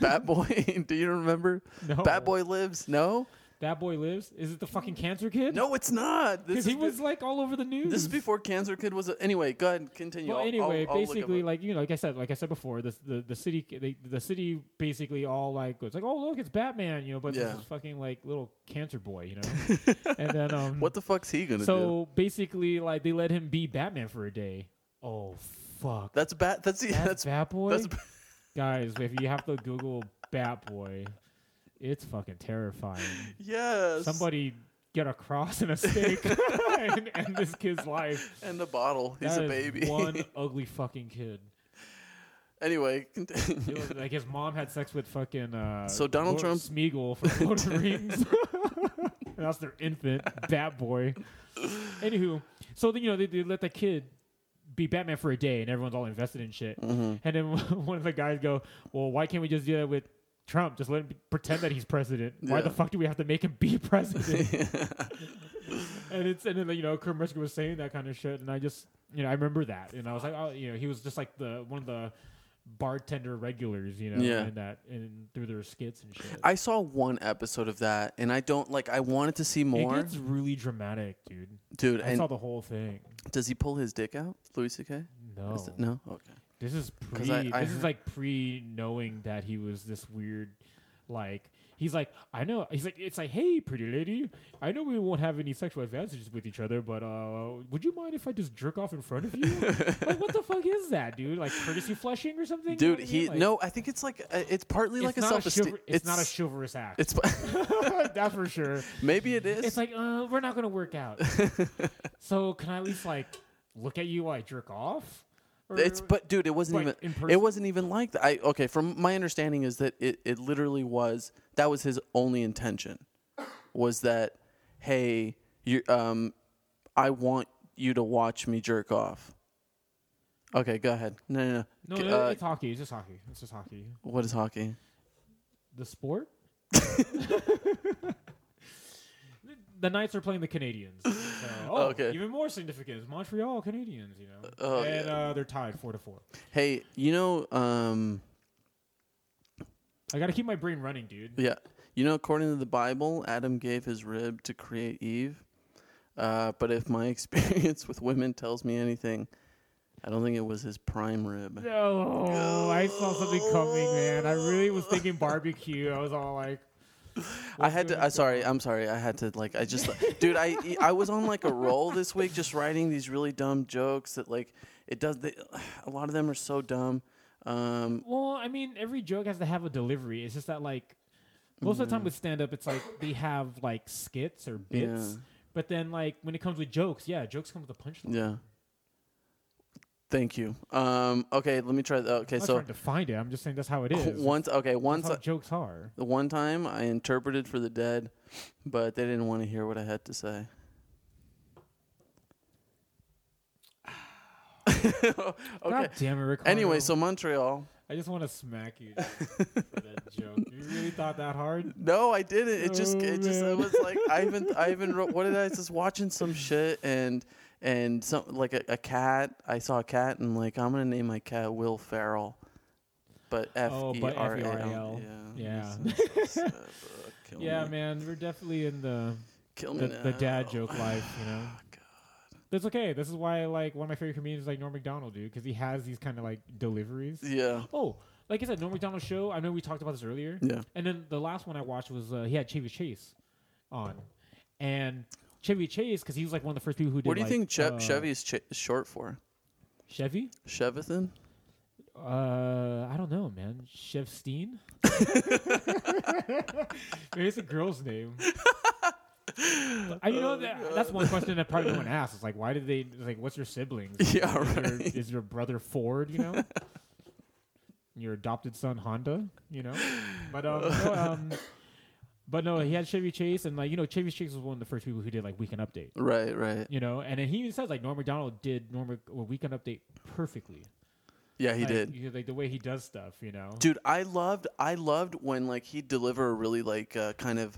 [SPEAKER 4] Bad Boy. Do you remember?
[SPEAKER 3] No.
[SPEAKER 4] Bad Boy lives. No,
[SPEAKER 3] Bat Boy lives. Is it the fucking cancer kid?
[SPEAKER 4] no, it's not. This
[SPEAKER 3] because
[SPEAKER 4] is,
[SPEAKER 3] he
[SPEAKER 4] be-
[SPEAKER 3] was like all over the news.
[SPEAKER 4] this is before Cancer Kid was. A- anyway, go ahead and continue.
[SPEAKER 3] Well,
[SPEAKER 4] I'll- I'll-
[SPEAKER 3] anyway,
[SPEAKER 4] I'll look
[SPEAKER 3] basically,
[SPEAKER 4] up
[SPEAKER 3] like you know, like I said, like I said before, the the, the city, they, the city, basically all like was like, oh look, it's Batman, you know, but
[SPEAKER 4] Yeah.
[SPEAKER 3] this is fucking like little cancer boy, you know, and then um,
[SPEAKER 4] it. what the fuck's he gonna do?
[SPEAKER 3] so basically, like they let him be Batman for a day. Oh fuck,
[SPEAKER 4] That's bad. That's the-
[SPEAKER 3] that's,
[SPEAKER 4] that's
[SPEAKER 3] Bat Boy,
[SPEAKER 4] that's
[SPEAKER 3] guys. If you have to Google Bat Boy, it's fucking terrifying.
[SPEAKER 4] yes.
[SPEAKER 3] Somebody get a cross and a stake and end this kid's life.
[SPEAKER 4] and a bottle. He's
[SPEAKER 3] That
[SPEAKER 4] a
[SPEAKER 3] is
[SPEAKER 4] baby.
[SPEAKER 3] One ugly fucking kid.
[SPEAKER 4] anyway,
[SPEAKER 3] It was like his mom had sex with fucking uh,
[SPEAKER 4] So Donald
[SPEAKER 3] Lord
[SPEAKER 4] Trump-
[SPEAKER 3] Smeagol from Lord of the Rings. And That's their infant Bat Boy. Anywho, so then you know they, they let the kid be Batman for a day, and everyone's all invested in shit.
[SPEAKER 4] Mm-hmm.
[SPEAKER 3] And then one of the guys go, "Well, why can't we just do that with Trump? Just let him be- pretend that he's president. Why the
[SPEAKER 4] Yeah.
[SPEAKER 3] fuck do we have to make him be president?" and it's and then you know Kurt Metzger was saying that kind of shit, and I just you know I remember that, and I was like, oh, you know, he was just like the one of the bartender regulars, you know,
[SPEAKER 4] Yeah.
[SPEAKER 3] and that and through their skits and shit.
[SPEAKER 4] I saw one episode of that, and I don't like. I wanted to see more,
[SPEAKER 3] It gets really dramatic, dude.
[SPEAKER 4] dude.
[SPEAKER 3] I
[SPEAKER 4] And
[SPEAKER 3] saw the whole thing.
[SPEAKER 4] does he pull his dick out, Louis C.K.?
[SPEAKER 3] No,
[SPEAKER 4] Is it- no. Okay.
[SPEAKER 3] this is
[SPEAKER 4] 'Cause
[SPEAKER 3] pre.
[SPEAKER 4] I- I
[SPEAKER 3] this
[SPEAKER 4] heard-
[SPEAKER 3] is like pre knowing that he was this weird, like. He's like, I know. He's like, it's like, hey, pretty lady, I know we won't have any sexual advantages with each other, but uh, would you mind if I just jerk off in front of you? like, what the fuck is that, dude? Like courtesy flushing or something? You know
[SPEAKER 4] Dude,
[SPEAKER 3] what I
[SPEAKER 4] he
[SPEAKER 3] mean? Like,
[SPEAKER 4] no. I think it's like uh, it's partly
[SPEAKER 3] It's
[SPEAKER 4] like a
[SPEAKER 3] not
[SPEAKER 4] self
[SPEAKER 3] a
[SPEAKER 4] esteem.
[SPEAKER 3] chivalr- it's, not a chivalrous act.
[SPEAKER 4] It's
[SPEAKER 3] That's for sure.
[SPEAKER 4] maybe it is.
[SPEAKER 3] It's like, uh, we're not gonna work out. so can I at least like look at you while I jerk off? Or-
[SPEAKER 4] It's- but dude, it wasn't
[SPEAKER 3] like, in
[SPEAKER 4] even.
[SPEAKER 3] person?
[SPEAKER 4] It wasn't even like that. I okay. From my understanding is that it it literally was that was his only intention, was that hey you um I want you to watch me jerk off. Okay, go ahead. No, no,
[SPEAKER 3] no,
[SPEAKER 4] no.
[SPEAKER 3] no,
[SPEAKER 4] K-
[SPEAKER 3] no,
[SPEAKER 4] uh,
[SPEAKER 3] it's hockey. It's just hockey. It's just hockey.
[SPEAKER 4] what is hockey?
[SPEAKER 3] The sport. The- The Knights are playing the Canadians. So, oh,
[SPEAKER 4] Okay.
[SPEAKER 3] Even more significant is Montreal Canadiens, you know.
[SPEAKER 4] oh,
[SPEAKER 3] and uh, they're tied four to four.
[SPEAKER 4] Hey, you know um
[SPEAKER 3] I gotta keep my brain running, dude.
[SPEAKER 4] yeah you know according to the Bible, Adam gave his rib to create Eve. Uh, but if my experience with women tells me anything, I don't think it was his prime rib.
[SPEAKER 3] No, I saw something coming, man. I really was thinking barbecue. I was all like,
[SPEAKER 4] I had to. I sorry. I'm sorry. I had to like. I just, dude. I I was on like a roll this week, just writing these really dumb jokes that like it does. They, a lot of them are so dumb. Um,
[SPEAKER 3] well, I mean, every joke has to have a delivery. It's just that, like, most of the time with stand up, it's like they have like skits or bits,
[SPEAKER 4] Mm-hmm. Yeah.
[SPEAKER 3] but But then, like when it comes with jokes, yeah, jokes come with a punchline.
[SPEAKER 4] Yeah. Thank you. Um, okay, let me try. The, okay,
[SPEAKER 3] I'm not
[SPEAKER 4] so Oh,
[SPEAKER 3] trying to find it. I'm just saying that's how it is.
[SPEAKER 4] once, okay,
[SPEAKER 3] that's
[SPEAKER 4] once,
[SPEAKER 3] how jokes are.
[SPEAKER 4] the one time I interpreted for the dead, but they didn't want to hear what I had to say. okay.
[SPEAKER 3] God damn it, Ricardo.
[SPEAKER 4] Anyway, so Montreal.
[SPEAKER 3] I just want to smack you dude, for that joke. You really thought that hard?
[SPEAKER 4] No, I didn't. It just,
[SPEAKER 3] Oh,
[SPEAKER 4] it just. I
[SPEAKER 3] man.
[SPEAKER 4] was like, I even, I even. Wrote, what did I? I was just watching some shit and and some like a, a cat. I saw a cat and like I'm gonna name my cat Will Ferrell, but F
[SPEAKER 3] Oh,
[SPEAKER 4] E
[SPEAKER 3] but
[SPEAKER 4] R A
[SPEAKER 3] F.E.R.L..
[SPEAKER 4] L.
[SPEAKER 3] Yeah.
[SPEAKER 4] Kill
[SPEAKER 3] Yeah,
[SPEAKER 4] me.
[SPEAKER 3] man, we're definitely in the
[SPEAKER 4] Kill me
[SPEAKER 3] the, the
[SPEAKER 4] now.
[SPEAKER 3] dad joke life, you know.
[SPEAKER 4] Ah,
[SPEAKER 3] That's okay. This is why, like, one of my favorite comedians is like Norm Macdonald, dude, because he has these kind of like deliveries.
[SPEAKER 4] Yeah.
[SPEAKER 3] Oh, like I said, Norm Macdonald's show. I know we talked about this earlier.
[SPEAKER 4] Yeah.
[SPEAKER 3] And then the last one I watched was uh, he had Chevy Chase on, and Chevy Chase because he was like one of the first people who did.
[SPEAKER 4] What do you
[SPEAKER 3] like,
[SPEAKER 4] think che-
[SPEAKER 3] uh,
[SPEAKER 4] Chevy is ch- short for?
[SPEAKER 3] Chevy?
[SPEAKER 4] Chevithan?
[SPEAKER 3] Uh, I don't know, man. Chevstein. Maybe it's a girl's name. But I you
[SPEAKER 4] Oh,
[SPEAKER 3] know that, that's one question that probably no one asks. It's like, why did they? it's Like, what's your siblings?
[SPEAKER 4] Yeah,
[SPEAKER 3] Is your-
[SPEAKER 4] right.
[SPEAKER 3] is your brother Ford? You know, your adopted son Honda. You know, but um, no, um, but no, he had Chevy Chase, and like you know, Chevy Chase was one of the first people who did like Weekend Update.
[SPEAKER 4] Right, right.
[SPEAKER 3] You know, and then he even says like Norm Macdonald did Norm Mac- well, Weekend Update perfectly.
[SPEAKER 4] Yeah, he
[SPEAKER 3] Like,
[SPEAKER 4] did.
[SPEAKER 3] you know, like the way he does stuff. You know,
[SPEAKER 4] dude i loved i loved when like he'd deliver a really like uh, kind of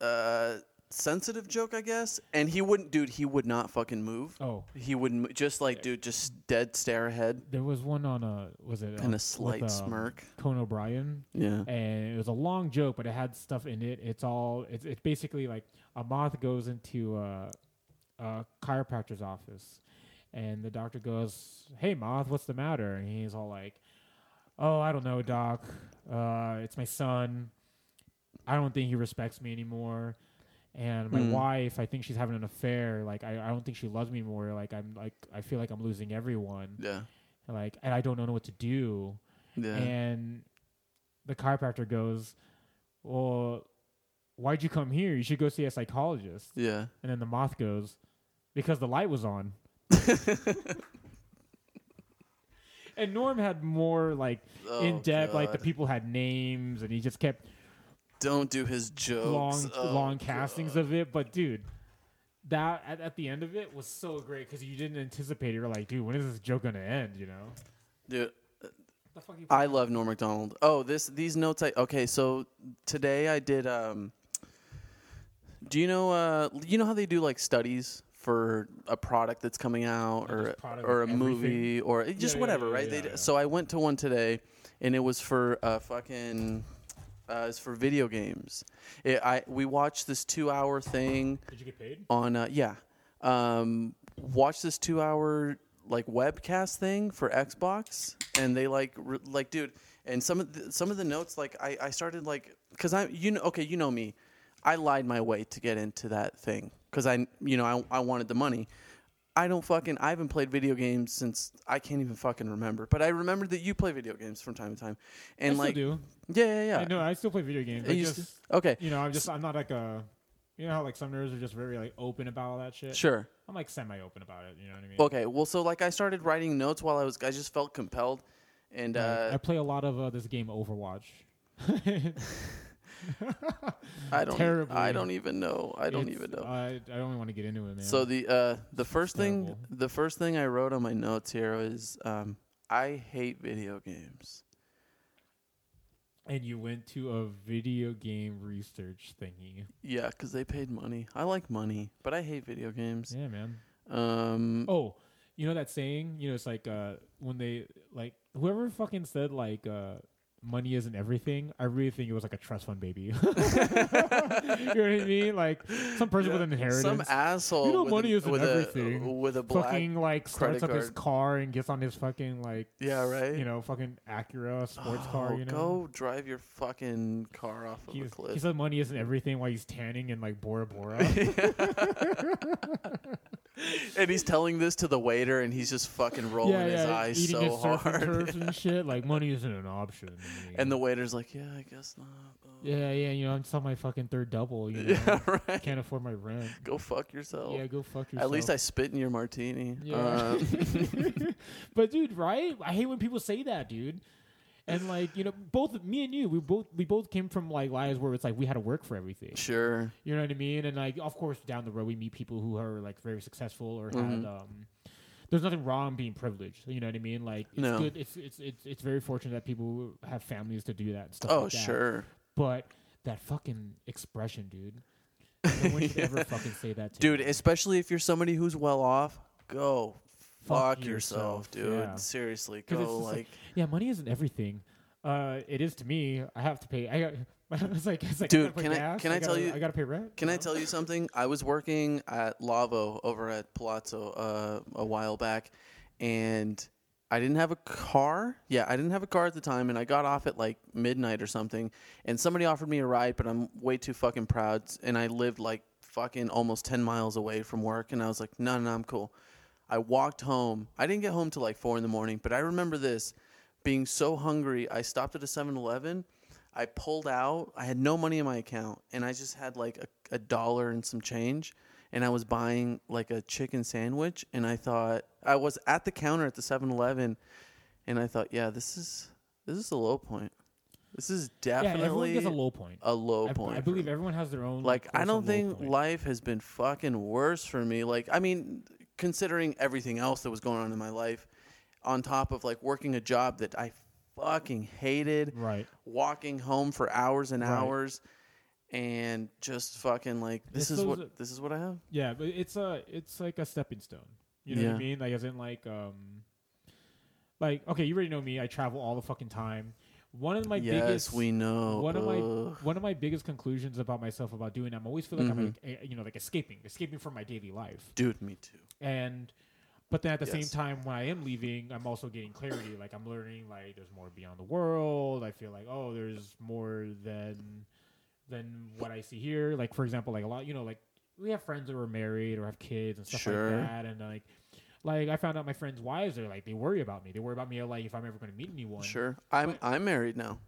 [SPEAKER 4] uh sensitive joke i guess and he wouldn't dude he would not fucking move
[SPEAKER 3] Oh,
[SPEAKER 4] he would not just like dude just dead stare ahead
[SPEAKER 3] there was one on uh was it
[SPEAKER 4] and
[SPEAKER 3] on-
[SPEAKER 4] a slight
[SPEAKER 3] with, um,
[SPEAKER 4] smirk
[SPEAKER 3] Conan O'Brien,
[SPEAKER 4] yeah
[SPEAKER 3] and it was a long joke, but it had stuff in it. It's all it's it's basically like a moth goes into uh, a chiropractor's office, and the doctor goes, "Hey, moth, what's the matter?" And he's all like, "Oh, I don't know, doc. Uh, it's my son. I don't think he respects me anymore." And my
[SPEAKER 4] Mm.
[SPEAKER 3] wife, I think she's having an affair. Like, I, I don't think she loves me anymore. Like, I'm like, I feel like I'm losing everyone.
[SPEAKER 4] yeah
[SPEAKER 3] Like, and I don't know what to do
[SPEAKER 4] yeah
[SPEAKER 3] and the chiropractor goes, "Well, why'd you come here? You should go see a psychologist."
[SPEAKER 4] yeah
[SPEAKER 3] And then the moth goes, "Because the light was on." and Norm had more like
[SPEAKER 4] Oh,
[SPEAKER 3] in depth, like the
[SPEAKER 4] God.
[SPEAKER 3] people had names, and he just kept
[SPEAKER 4] don't do his jokes
[SPEAKER 3] long
[SPEAKER 4] Oh,
[SPEAKER 3] long
[SPEAKER 4] God.
[SPEAKER 3] castings of it. But dude. That at, at the end of it was so great because you didn't anticipate it. You're like, dude, when is this joke gonna end? You know,
[SPEAKER 4] dude
[SPEAKER 3] the fuck you
[SPEAKER 4] I love Norm Macdonald. Oh, this these notes I okay, so today I did um do you know uh you know how they do like studies for a product that's coming out
[SPEAKER 3] Like
[SPEAKER 4] or
[SPEAKER 3] just product
[SPEAKER 4] or a
[SPEAKER 3] like everything?
[SPEAKER 4] movie or it- just
[SPEAKER 3] yeah,
[SPEAKER 4] whatever,
[SPEAKER 3] yeah,
[SPEAKER 4] right?
[SPEAKER 3] yeah,
[SPEAKER 4] they d-
[SPEAKER 3] yeah.
[SPEAKER 4] So I went to one today and it was for uh fucking uh it's for video games. It, I we watched this 2-hour thing
[SPEAKER 3] did you get paid?
[SPEAKER 4] on uh, yeah um watch this two hour like webcast thing for xbox and they like re- like dude and some of the, some of the notes like i i started like because i you know okay you know me i lied my way to get into that thing because i you know I, I wanted the money i don't fucking i haven't played video games since i can't even fucking remember but i remember that you play video games from time to time and
[SPEAKER 3] I still
[SPEAKER 4] like
[SPEAKER 3] do.
[SPEAKER 4] yeah yeah yeah
[SPEAKER 3] I know I still play video games. I
[SPEAKER 4] You s-
[SPEAKER 3] just,
[SPEAKER 4] okay
[SPEAKER 3] you know, I'm just I'm not like a you know how like some nerds are just very like open about all that shit.
[SPEAKER 4] sure
[SPEAKER 3] I'm like semi open about it, you know what I mean?
[SPEAKER 4] Okay, well, so like I started writing notes while I was, I just felt compelled, and
[SPEAKER 3] Like, I
[SPEAKER 4] uh,
[SPEAKER 3] play a lot of uh, this game Overwatch.
[SPEAKER 4] I don't, e,
[SPEAKER 3] terribly.
[SPEAKER 4] I don't even know, I don't
[SPEAKER 3] It's- oh,
[SPEAKER 4] even know.
[SPEAKER 3] I, I don't even want to get into it, man.
[SPEAKER 4] so the uh, the first thing,
[SPEAKER 3] terrible.
[SPEAKER 4] the first thing I wrote on my notes here was, um, I hate video games.
[SPEAKER 3] and you went to a video game research thingy.
[SPEAKER 4] Yeah, because they paid money. I like money, but I hate video games.
[SPEAKER 3] Yeah, man.
[SPEAKER 4] Um,
[SPEAKER 3] Oh, you know that saying? You know, it's like uh, when they like whoever fucking said like uh, money isn't everything. I really think it was like a trust fund baby. you know what I mean? Like some person with an inheritance.
[SPEAKER 4] some asshole.
[SPEAKER 3] You know
[SPEAKER 4] with
[SPEAKER 3] money
[SPEAKER 4] a,
[SPEAKER 3] isn't
[SPEAKER 4] with a-
[SPEAKER 3] everything.
[SPEAKER 4] with a black.
[SPEAKER 3] fucking like starts
[SPEAKER 4] credit
[SPEAKER 3] up his
[SPEAKER 4] card.
[SPEAKER 3] car and gets on his fucking like
[SPEAKER 4] Yeah,
[SPEAKER 3] s-
[SPEAKER 4] right?
[SPEAKER 3] you know fucking Acura sports car
[SPEAKER 4] Oh,
[SPEAKER 3] you know
[SPEAKER 4] Go drive your fucking car off of
[SPEAKER 3] He
[SPEAKER 4] a
[SPEAKER 3] was-
[SPEAKER 4] cliff.
[SPEAKER 3] he said money isn't everything while he's tanning in like Bora Bora
[SPEAKER 4] and he's telling this to the waiter, and he's just fucking rolling
[SPEAKER 3] yeah
[SPEAKER 4] his
[SPEAKER 3] yeah
[SPEAKER 4] eyes
[SPEAKER 3] eating
[SPEAKER 4] so
[SPEAKER 3] his surf and
[SPEAKER 4] hard.
[SPEAKER 3] turf and shit like money isn't an option I mean,
[SPEAKER 4] And the waiter's like, "Yeah, I guess not." blah,
[SPEAKER 3] Yeah, yeah, you know, I'm just on my fucking third double. You know,
[SPEAKER 4] Yeah, right.
[SPEAKER 3] can't afford my rent.
[SPEAKER 4] Go fuck yourself.
[SPEAKER 3] Yeah, go fuck yourself.
[SPEAKER 4] At least I spit in your martini.
[SPEAKER 3] Yeah.
[SPEAKER 4] Um,
[SPEAKER 3] but dude, right? I hate when people say that, dude. And like, you know, both me and you, we both we both came from like lives where it's like we had to work for everything.
[SPEAKER 4] sure.
[SPEAKER 3] You know what I mean? And like, of course, down the road we meet people who are like very successful or
[SPEAKER 4] Mm-hmm.
[SPEAKER 3] had. Um, there's nothing wrong being privileged. You know what I mean? Like, it's
[SPEAKER 4] No.
[SPEAKER 3] good. It's, it's it's it's very fortunate that people who have families to do that. And stuff
[SPEAKER 4] Oh,
[SPEAKER 3] like that.
[SPEAKER 4] sure.
[SPEAKER 3] But that fucking expression, dude. No one should ever fucking say that to
[SPEAKER 4] Dude,
[SPEAKER 3] me.
[SPEAKER 4] especially if you're somebody who's well off, go
[SPEAKER 3] Fuck
[SPEAKER 4] fuck, yourself,
[SPEAKER 3] yourself,
[SPEAKER 4] dude.
[SPEAKER 3] yeah.
[SPEAKER 4] Seriously,
[SPEAKER 3] 'Cause
[SPEAKER 4] go
[SPEAKER 3] it's just
[SPEAKER 4] like
[SPEAKER 3] yeah, money isn't everything. Uh, it is to me. I have to pay. I got. It's like, it's like
[SPEAKER 4] Dude,
[SPEAKER 3] I gotta pay
[SPEAKER 4] can I-
[SPEAKER 3] gas,
[SPEAKER 4] can I tell
[SPEAKER 3] gotta-
[SPEAKER 4] you-
[SPEAKER 3] I gotta pay rent.
[SPEAKER 4] Can I
[SPEAKER 3] know?
[SPEAKER 4] tell you something? I was working at Lavo over at Palazzo uh, a while back, and I didn't have a car. Yeah, I didn't have a car at the time, and I got off at like midnight or something, and somebody offered me a ride, but I'm way too fucking proud, and I lived like fucking almost 10 miles away from work, and I was like, no, no, no I'm cool. I walked home. I didn't get home till like four in the morning, but I remember this being so hungry. I stopped at a 7 Eleven. I pulled out. I had no money in my account, and I just had like a, a dollar and some change. And I was buying like a chicken sandwich, and I thought I was at the counter at the 7-Eleven, and I thought, yeah, this is this is a low point. This is
[SPEAKER 3] Yeah,
[SPEAKER 4] definitely
[SPEAKER 3] everyone gets a low point.
[SPEAKER 4] a low
[SPEAKER 3] I,
[SPEAKER 4] point.
[SPEAKER 3] I believe everyone has their own.
[SPEAKER 4] Like I
[SPEAKER 3] personal
[SPEAKER 4] don't
[SPEAKER 3] low
[SPEAKER 4] think
[SPEAKER 3] point.
[SPEAKER 4] life has been fucking worse for me. Like I mean, considering everything else that was going on in my life, on top of like working a job that I fucking hated,
[SPEAKER 3] Right.
[SPEAKER 4] walking home for hours and
[SPEAKER 3] Right.
[SPEAKER 4] hours, and just fucking like this
[SPEAKER 3] It's
[SPEAKER 4] is
[SPEAKER 3] those-
[SPEAKER 4] what this is what I have.
[SPEAKER 3] Yeah, but it's a it's like a stepping stone. You know what
[SPEAKER 4] Yeah.
[SPEAKER 3] I mean? Like as in like um, like okay, you already know me. I travel all the fucking time. One of my
[SPEAKER 4] yes,
[SPEAKER 3] biggest
[SPEAKER 4] we know.
[SPEAKER 3] one of
[SPEAKER 4] Ugh.
[SPEAKER 3] my one of my biggest conclusions about myself about doing. I'm always feel like I'm
[SPEAKER 4] Mm-hmm.
[SPEAKER 3] like, eh, you know like escaping, escaping from my daily life.
[SPEAKER 4] dude, me too.
[SPEAKER 3] and but then at the same
[SPEAKER 4] Yes.
[SPEAKER 3] time when i am leaving i'm also getting clarity like i'm learning like there's more beyond the world i feel like oh there's more than than what i see here like for example like a lot you know like we have friends that were married or have kids and stuff
[SPEAKER 4] Sure.
[SPEAKER 3] like that and like like i found out my friends wives are like they worry about me they worry about me like if i'm ever going to meet anyone
[SPEAKER 4] Sure, I'm I'm married now.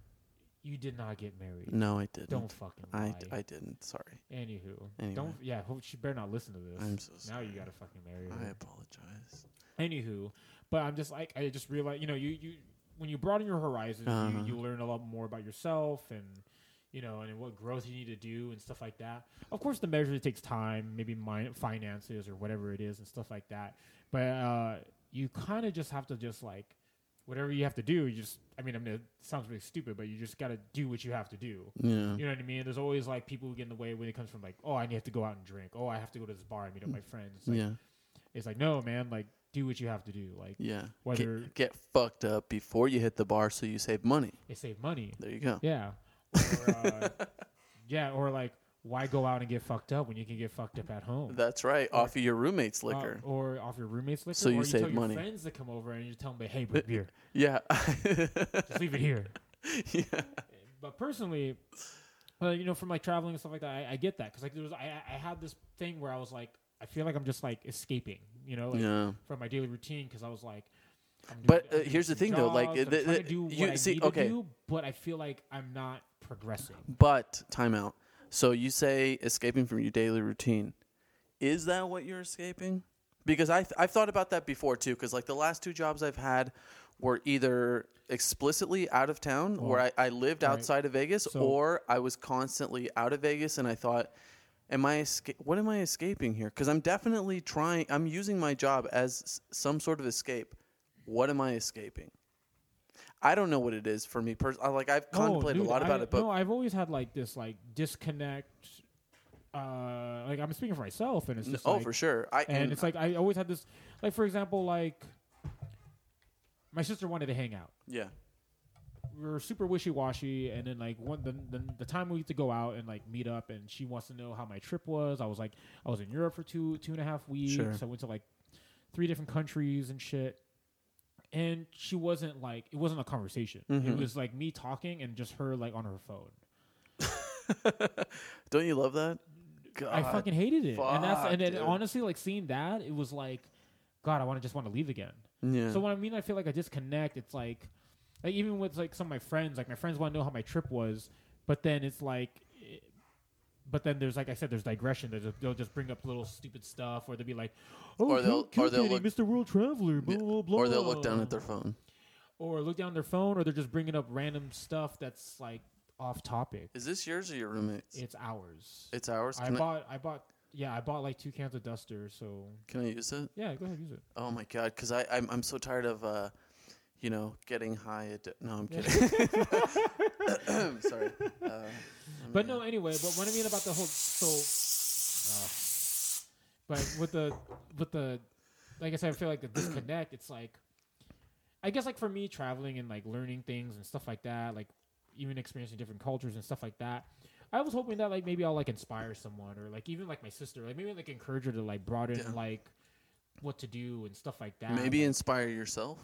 [SPEAKER 3] you did not get married
[SPEAKER 4] No, I didn't.
[SPEAKER 3] don't fucking
[SPEAKER 4] I,
[SPEAKER 3] lie
[SPEAKER 4] I didn't. Sorry,
[SPEAKER 3] anywho
[SPEAKER 4] Anyway.
[SPEAKER 3] don't yeah hope she better not listen to this
[SPEAKER 4] I'm so
[SPEAKER 3] now
[SPEAKER 4] sorry.
[SPEAKER 3] you gotta fucking marry her
[SPEAKER 4] I apologize.
[SPEAKER 3] anywho but i'm just like i just realized you know you you when you broaden your horizons
[SPEAKER 4] Uh-huh.
[SPEAKER 3] you, you learn a lot more about yourself and you know and what growth you need to do and stuff like that of course the measure takes time maybe min- finances or whatever it is and stuff like that but uh you kind of just have to just like whatever you have to do you just i mean i mean it sounds really stupid but you just got to do what you have to do
[SPEAKER 4] Yeah.
[SPEAKER 3] you know what I mean? There's always like people who get in the way when it comes from like, oh, I need to go out and drink. Oh, I have to go to this bar and meet up with my friends. It's like,
[SPEAKER 4] yeah.
[SPEAKER 3] it's like, no, man, like do what you have to do. Like
[SPEAKER 4] Yeah.
[SPEAKER 3] whether-
[SPEAKER 4] get, get fucked up before you hit the bar so you save money.
[SPEAKER 3] it saved money.
[SPEAKER 4] There you go.
[SPEAKER 3] Yeah. Or, uh, yeah, or like why go out and get fucked up when you can get fucked up at home?
[SPEAKER 4] That's right. Off of your roommate's
[SPEAKER 3] Uh,
[SPEAKER 4] liquor.
[SPEAKER 3] or off your roommate's liquor.
[SPEAKER 4] So you
[SPEAKER 3] or
[SPEAKER 4] save
[SPEAKER 3] tell your
[SPEAKER 4] money.
[SPEAKER 3] friends to come over and you tell them, but hey, bring beer.
[SPEAKER 4] yeah.
[SPEAKER 3] Just leave it here.
[SPEAKER 4] yeah.
[SPEAKER 3] But personally, uh, you know, from like traveling and stuff like that, I, I get that because like there was, I, I I had this thing where I was like, I feel like I'm just like escaping, you know, like,
[SPEAKER 4] Yeah.
[SPEAKER 3] from my daily routine because I was like. I'm doing-
[SPEAKER 4] But,
[SPEAKER 3] I'm
[SPEAKER 4] uh,
[SPEAKER 3] doing
[SPEAKER 4] here's the
[SPEAKER 3] some
[SPEAKER 4] thing, though, like,
[SPEAKER 3] jobs, I'm
[SPEAKER 4] the-
[SPEAKER 3] trying
[SPEAKER 4] the-
[SPEAKER 3] to do what
[SPEAKER 4] you-
[SPEAKER 3] I
[SPEAKER 4] see,
[SPEAKER 3] need to
[SPEAKER 4] okay.
[SPEAKER 3] do, but I feel like I'm not progressing.
[SPEAKER 4] But timeout. So you say escaping from your daily routine. Is that what you're escaping? Because I I've thought about that before too. Because like the last two jobs I've had were either explicitly out of town, where I, I lived outside of Vegas,
[SPEAKER 3] So-
[SPEAKER 4] or I was constantly out of Vegas, and I thought, am I esca- what am I escaping here? Because I'm definitely trying. I'm using my job as s- some sort of escape. What am I escaping? I don't know what it is for me. Pers- I- like I've contemplated
[SPEAKER 3] Oh, dude,
[SPEAKER 4] a lot about
[SPEAKER 3] I-
[SPEAKER 4] it, but
[SPEAKER 3] no, I've always had like this like disconnect. Uh, like I'm speaking for myself, and it's just
[SPEAKER 4] oh
[SPEAKER 3] like,
[SPEAKER 4] for sure i
[SPEAKER 3] and it's like I always had this like for example like my sister wanted to hang out.
[SPEAKER 4] yeah
[SPEAKER 3] We were super wishy washy, and then like one the, the the time we used to go out and like meet up, and she wants to know how my trip was. I was like I was in Europe for two two and a half weeks.
[SPEAKER 4] Sure.
[SPEAKER 3] I went to like three different countries and shit. And she wasn't like it wasn't a conversation.
[SPEAKER 4] Mm-hmm.
[SPEAKER 3] It was like me talking and just her like on her phone.
[SPEAKER 4] don't you love that God.
[SPEAKER 3] I fucking hated it. and that's
[SPEAKER 4] Fuck,
[SPEAKER 3] and then
[SPEAKER 4] dude.
[SPEAKER 3] honestly, like seeing that, it was like, God, I want to just want to leave again.
[SPEAKER 4] yeah
[SPEAKER 3] So what I mean, I feel like I disconnect. It's like, like even with like some of my friends, like my friends want to know how my trip was, But then it's like, it- but then there's like I said, there's digression. There's a, they'll just bring up little stupid stuff, or they'll be like, "Oh,
[SPEAKER 4] Or they'll-
[SPEAKER 3] Kil-
[SPEAKER 4] or they'll
[SPEAKER 3] Kilkenny,
[SPEAKER 4] look-
[SPEAKER 3] Mr. World Traveler, blah blah blah,"
[SPEAKER 4] or they'll look down at their phone.
[SPEAKER 3] or look down their phone, or they're just bringing up random stuff that's like off topic.
[SPEAKER 4] Is this yours or your roommate's?
[SPEAKER 3] It's ours.
[SPEAKER 4] it's ours.
[SPEAKER 3] I
[SPEAKER 4] Can I,
[SPEAKER 3] bought, I bought, yeah, I bought like two cans of Duster. So
[SPEAKER 4] can I use it?
[SPEAKER 3] yeah, go ahead, use it.
[SPEAKER 4] Oh my god, because I I'm, I'm so tired of uh, you know, getting high. At, no, I'm kidding. Sorry. Uh,
[SPEAKER 3] But no, anyway. But what I mean about the whole so, uh, but with the with the, like I said, I feel like the disconnect. It's like, I guess like for me traveling and like learning things and stuff like that, like even experiencing different cultures and stuff like that. I was hoping that like maybe I'll like inspire someone or like even like my sister, like maybe like encourage her to like broaden
[SPEAKER 4] Yeah.
[SPEAKER 3] like what to do and stuff like that.
[SPEAKER 4] maybe inspire yourself.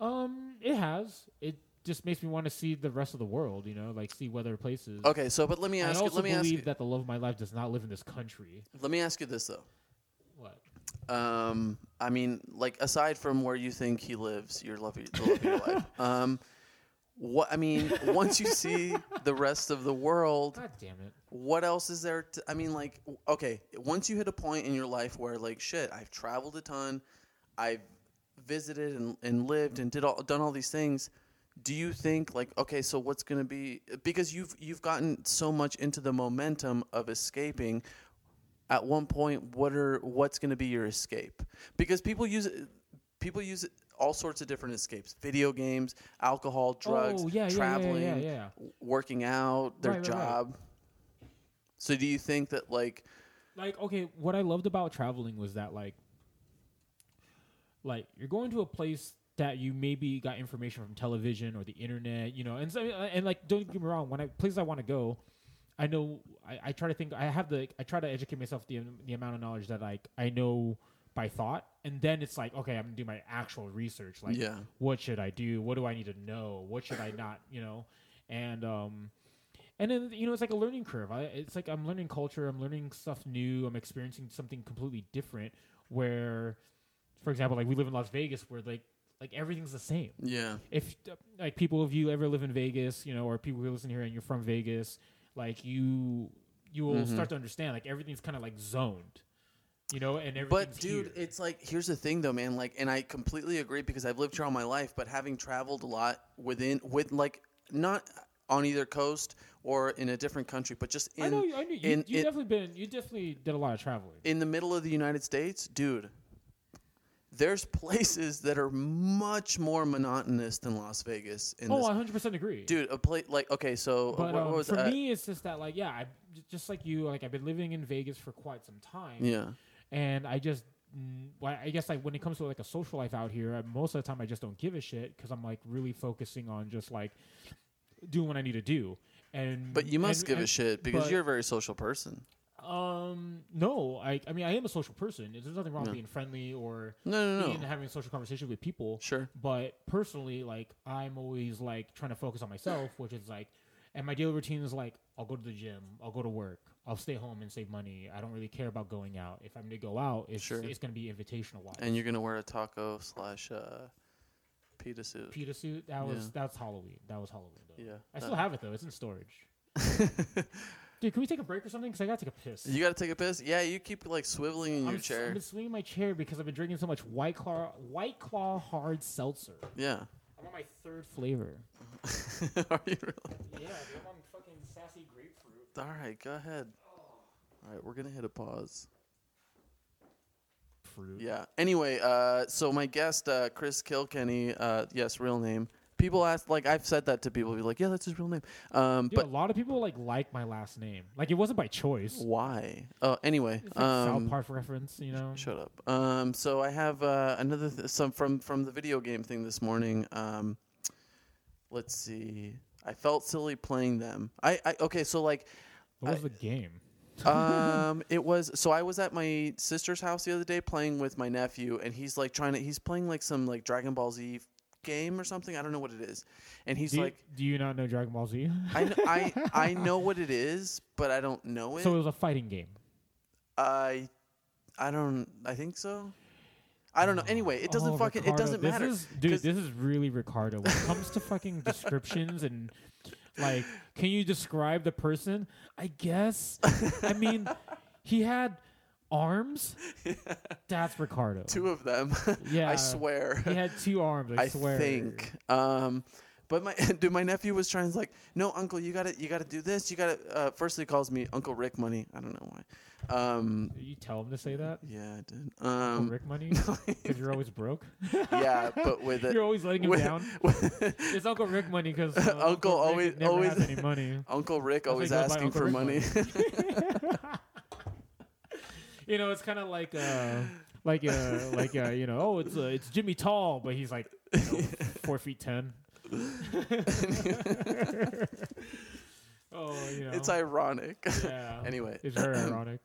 [SPEAKER 3] um, it has it. Just makes me want to see the rest of the world, you know, like see what other places.
[SPEAKER 4] Okay, so but let me
[SPEAKER 3] I
[SPEAKER 4] ask. you
[SPEAKER 3] also
[SPEAKER 4] Let me
[SPEAKER 3] believe
[SPEAKER 4] ask. You,
[SPEAKER 3] that the love of my life does not live in this country.
[SPEAKER 4] let me ask you this though.
[SPEAKER 3] What?
[SPEAKER 4] Um, I mean, like aside from where you think he lives, your love, the love of your life. Um, what I mean, once you see the rest of the world,
[SPEAKER 3] God damn it!
[SPEAKER 4] what else is there? To, I mean, like, w- okay, once you hit a point in your life where, like, shit, I've traveled a ton, I've visited and, and lived and did all done all these things. Do you think, like, okay, so what's gonna be because you've you've gotten so much into the momentum of escaping? At one point, what are what's gonna be your escape? Because people use people use all sorts of different escapes: video games, alcohol, drugs,
[SPEAKER 3] oh yeah, yeah,
[SPEAKER 4] traveling,
[SPEAKER 3] Yeah, yeah, yeah,
[SPEAKER 4] w- working out, their
[SPEAKER 3] Right, right, right.
[SPEAKER 4] job. So do you think that like
[SPEAKER 3] yeah. Like okay, what I loved about traveling was that like, like you're going to a place that you maybe got information from television or the internet, you know, and so, uh, and like don't get me wrong, when I places I want to go, I know I, I try to think I have the I try to educate myself the the amount of knowledge that like I know by thought, and then it's like okay, I'm gonna do my actual research, like
[SPEAKER 4] Yeah.
[SPEAKER 3] what should I do? What do I need to know? What should I not? You know, and um, and then you know it's like a learning curve. I, it's like I'm learning culture. I'm learning stuff new. I'm experiencing something completely different. Where, for example, like we live in Las Vegas, where like like everything's the same
[SPEAKER 4] yeah
[SPEAKER 3] if like people if you ever live in Vegas, you know, or people who listen here and you're from Vegas, like you you will
[SPEAKER 4] Mm-hmm.
[SPEAKER 3] start to understand like everything's kind of like zoned. You know, and everything's
[SPEAKER 4] but dude
[SPEAKER 3] here.
[SPEAKER 4] it's like here's the thing though man like and I completely agree because I've lived here all my life but having traveled a lot within with like not on either coast or in a different country but just in
[SPEAKER 3] I know you, I knew you,
[SPEAKER 4] in,
[SPEAKER 3] you
[SPEAKER 4] in,
[SPEAKER 3] definitely been you definitely did a lot of traveling.
[SPEAKER 4] in the middle of the United States dude there's places that are much more monotonous than Las Vegas in
[SPEAKER 3] Oh,
[SPEAKER 4] this
[SPEAKER 3] I 100% agree.
[SPEAKER 4] dude a place like okay so
[SPEAKER 3] but
[SPEAKER 4] what,
[SPEAKER 3] um,
[SPEAKER 4] what was
[SPEAKER 3] for
[SPEAKER 4] that
[SPEAKER 3] me it's just that like yeah, I just like you like I've been living in Vegas for quite some time.
[SPEAKER 4] yeah
[SPEAKER 3] and I just, mm, well, I guess like when it comes to like a social life out here, I, most of the time I just don't give a shit because I'm like really focusing on just like doing what I need to do. And
[SPEAKER 4] But you must
[SPEAKER 3] and-
[SPEAKER 4] give a
[SPEAKER 3] and-
[SPEAKER 4] shit because
[SPEAKER 3] but,
[SPEAKER 4] you're a very social person.
[SPEAKER 3] um no I I mean I am a social person. There's nothing wrong
[SPEAKER 4] No.
[SPEAKER 3] with being friendly or
[SPEAKER 4] No, no,
[SPEAKER 3] being
[SPEAKER 4] no.
[SPEAKER 3] having a social conversation with people.
[SPEAKER 4] Sure.
[SPEAKER 3] But personally, like I'm always like trying to focus on myself, which is like, and my daily routine is like I'll go to the gym, I'll go to work, I'll stay home and save money. I don't really care about going out. If I'm gonna go out, it's
[SPEAKER 4] Sure.
[SPEAKER 3] it's gonna be invitational wise.
[SPEAKER 4] And you're gonna wear a taco slash uh, pita suit.
[SPEAKER 3] Peter suit that was
[SPEAKER 4] Yeah.
[SPEAKER 3] that's Halloween. That was Halloween though.
[SPEAKER 4] Yeah.
[SPEAKER 3] I still have it though. It's in storage. Dude, can we take a break or something? Cause I gotta take a piss.
[SPEAKER 4] You gotta take a piss. Yeah, you keep like swiveling in
[SPEAKER 3] I'm
[SPEAKER 4] your
[SPEAKER 3] s-
[SPEAKER 4] chair.
[SPEAKER 3] I've been swinging my chair because I've been drinking so much White Claw, White Claw hard seltzer.
[SPEAKER 4] yeah.
[SPEAKER 3] I'm on my third flavor.
[SPEAKER 4] Are you really?
[SPEAKER 3] Yeah, dude, I'm on fucking sassy grapefruit.
[SPEAKER 4] All right, go ahead. All right, we're gonna hit a pause.
[SPEAKER 3] Fruit.
[SPEAKER 4] Yeah. Anyway, uh, so my guest, uh, Chris Kilkenny, uh, yes, real name. People ask, like, I've said that to people. Be like, yeah, that's his real name. Um,
[SPEAKER 3] Dude,
[SPEAKER 4] but
[SPEAKER 3] a lot of people like like my last name. Like it wasn't by choice.
[SPEAKER 4] why? Oh, anyway.
[SPEAKER 3] It's like
[SPEAKER 4] Um,
[SPEAKER 3] South Park reference, you know.
[SPEAKER 4] Shut up. Um, so I have uh, another th- some from from the video game thing this morning. Um, let's see. I felt silly playing them. I, I okay. So like,
[SPEAKER 3] What was the game?
[SPEAKER 4] um, it was so I was at my sister's house the other day playing with my nephew, and he's like trying to he's playing like some like Dragon Ball Z f- game or something. I don't know what it is, and he's
[SPEAKER 3] Do you,
[SPEAKER 4] like,
[SPEAKER 3] do you not know Dragon Ball Z?
[SPEAKER 4] I, kn- I I know what it is, but I don't know it.
[SPEAKER 3] so it was a fighting game.
[SPEAKER 4] I I don't. I think so. I don't know. Anyway, it doesn't
[SPEAKER 3] Oh,
[SPEAKER 4] fucking.
[SPEAKER 3] Ricardo,
[SPEAKER 4] it doesn't
[SPEAKER 3] this
[SPEAKER 4] matter.
[SPEAKER 3] Is, dude,
[SPEAKER 4] 'cause-
[SPEAKER 3] this is really Ricardo. When it comes to fucking descriptions and Like, can you describe the person? I guess. I mean, he had arms. That's Ricardo.
[SPEAKER 4] Two of them.
[SPEAKER 3] Yeah.
[SPEAKER 4] I swear.
[SPEAKER 3] He had two arms. I,
[SPEAKER 4] I
[SPEAKER 3] swear.
[SPEAKER 4] think. Um, but my dude, my nephew was trying like, no, uncle, you gotta, you gotta do this. You gotta. Uh, first, he calls me Uncle Rick Money. I don't know why. Um,
[SPEAKER 3] You tell him to say that.
[SPEAKER 4] yeah, I did.
[SPEAKER 3] for
[SPEAKER 4] Um,
[SPEAKER 3] Rick money because you're always broke.
[SPEAKER 4] yeah, but with it,
[SPEAKER 3] You're always letting him
[SPEAKER 4] with-
[SPEAKER 3] down.
[SPEAKER 4] with-
[SPEAKER 3] It's Uncle Rick money because
[SPEAKER 4] Uncle always-
[SPEAKER 3] never
[SPEAKER 4] always-
[SPEAKER 3] has any money.
[SPEAKER 4] Uncle Rick
[SPEAKER 3] That's
[SPEAKER 4] always
[SPEAKER 3] why he goes by
[SPEAKER 4] asking
[SPEAKER 3] Uncle
[SPEAKER 4] for
[SPEAKER 3] Rick
[SPEAKER 4] money.
[SPEAKER 3] You know, it's kind of like uh, like uh, like uh, you know, oh, it's uh, it's Jimmy Tall, but he's like you know, four feet ten. oh, you know,
[SPEAKER 4] it's ironic.
[SPEAKER 3] yeah.
[SPEAKER 4] anyway,
[SPEAKER 3] It's very ironic.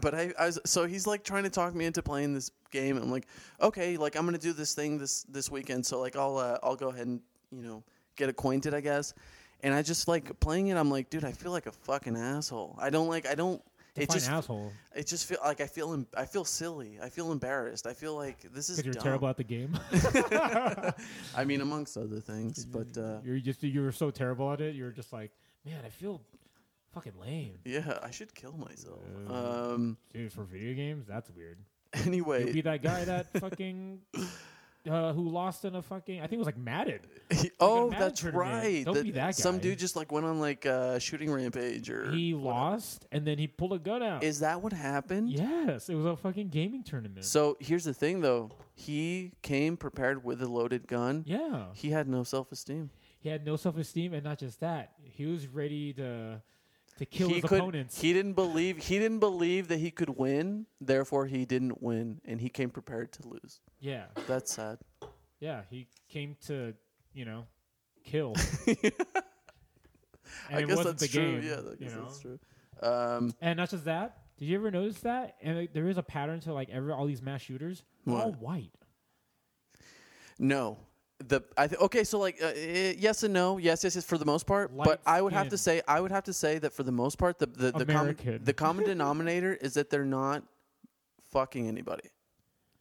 [SPEAKER 4] but I, I was so he's like trying to talk me into playing this game. I'm like, okay, like I'm gonna do this thing this this weekend. So like I'll uh, I'll go ahead and you know get acquainted, I guess. And I just like playing it. I'm like, dude, I feel like a fucking asshole. I don't like I don't. It
[SPEAKER 3] Define
[SPEAKER 4] just
[SPEAKER 3] asshole
[SPEAKER 4] it just feel like I feel em- I feel silly. I feel embarrassed. I feel like this is
[SPEAKER 3] because you're
[SPEAKER 4] dumb.
[SPEAKER 3] terrible at the game.
[SPEAKER 4] I mean, amongst other things, but uh,
[SPEAKER 3] you're just you were so terrible at it. You're just like, man, I feel fucking lame,
[SPEAKER 4] yeah, I should kill myself.
[SPEAKER 3] Uh,
[SPEAKER 4] Um.
[SPEAKER 3] dude. For video games, that's weird.
[SPEAKER 4] Anyway,
[SPEAKER 3] You'll be that guy that fucking uh, who lost in a fucking. I think it was like Madden.
[SPEAKER 4] He- oh,
[SPEAKER 3] Madden
[SPEAKER 4] that's
[SPEAKER 3] tournament.
[SPEAKER 4] right.
[SPEAKER 3] Don't be that
[SPEAKER 4] Some
[SPEAKER 3] guy.
[SPEAKER 4] dude just like went on like uh, shooting rampage or
[SPEAKER 3] He
[SPEAKER 4] whatever.
[SPEAKER 3] lost and then he pulled a gun out.
[SPEAKER 4] Is that what happened?
[SPEAKER 3] yes, it was a fucking gaming tournament.
[SPEAKER 4] So here's the thing though. He came prepared with a loaded gun.
[SPEAKER 3] yeah,
[SPEAKER 4] He had no self esteem.
[SPEAKER 3] he had no self esteem, and not just that, he was ready to to kill
[SPEAKER 4] He
[SPEAKER 3] his
[SPEAKER 4] could
[SPEAKER 3] opponents.
[SPEAKER 4] he didn't believe he didn't believe that he could win, therefore he didn't win and he came prepared to lose.
[SPEAKER 3] yeah,
[SPEAKER 4] That's sad.
[SPEAKER 3] yeah, he came to you know kill. and
[SPEAKER 4] I
[SPEAKER 3] it
[SPEAKER 4] guess
[SPEAKER 3] wasn't
[SPEAKER 4] that's
[SPEAKER 3] the
[SPEAKER 4] true.
[SPEAKER 3] game,
[SPEAKER 4] yeah, I guess
[SPEAKER 3] you know?
[SPEAKER 4] that's true. Um,
[SPEAKER 3] And not just that. Did you ever notice that? And like, there is a pattern to like every all these mass shooters. They're All
[SPEAKER 4] What?
[SPEAKER 3] white.
[SPEAKER 4] no. The I th- okay, so like uh, eh, yes and no, yes, yes, yes for the most part. but
[SPEAKER 3] Light
[SPEAKER 4] I would have to
[SPEAKER 3] skin.
[SPEAKER 4] say I would have to say that for the most part, the the the, common,
[SPEAKER 3] American.
[SPEAKER 4] the common denominator is that they're not fucking anybody.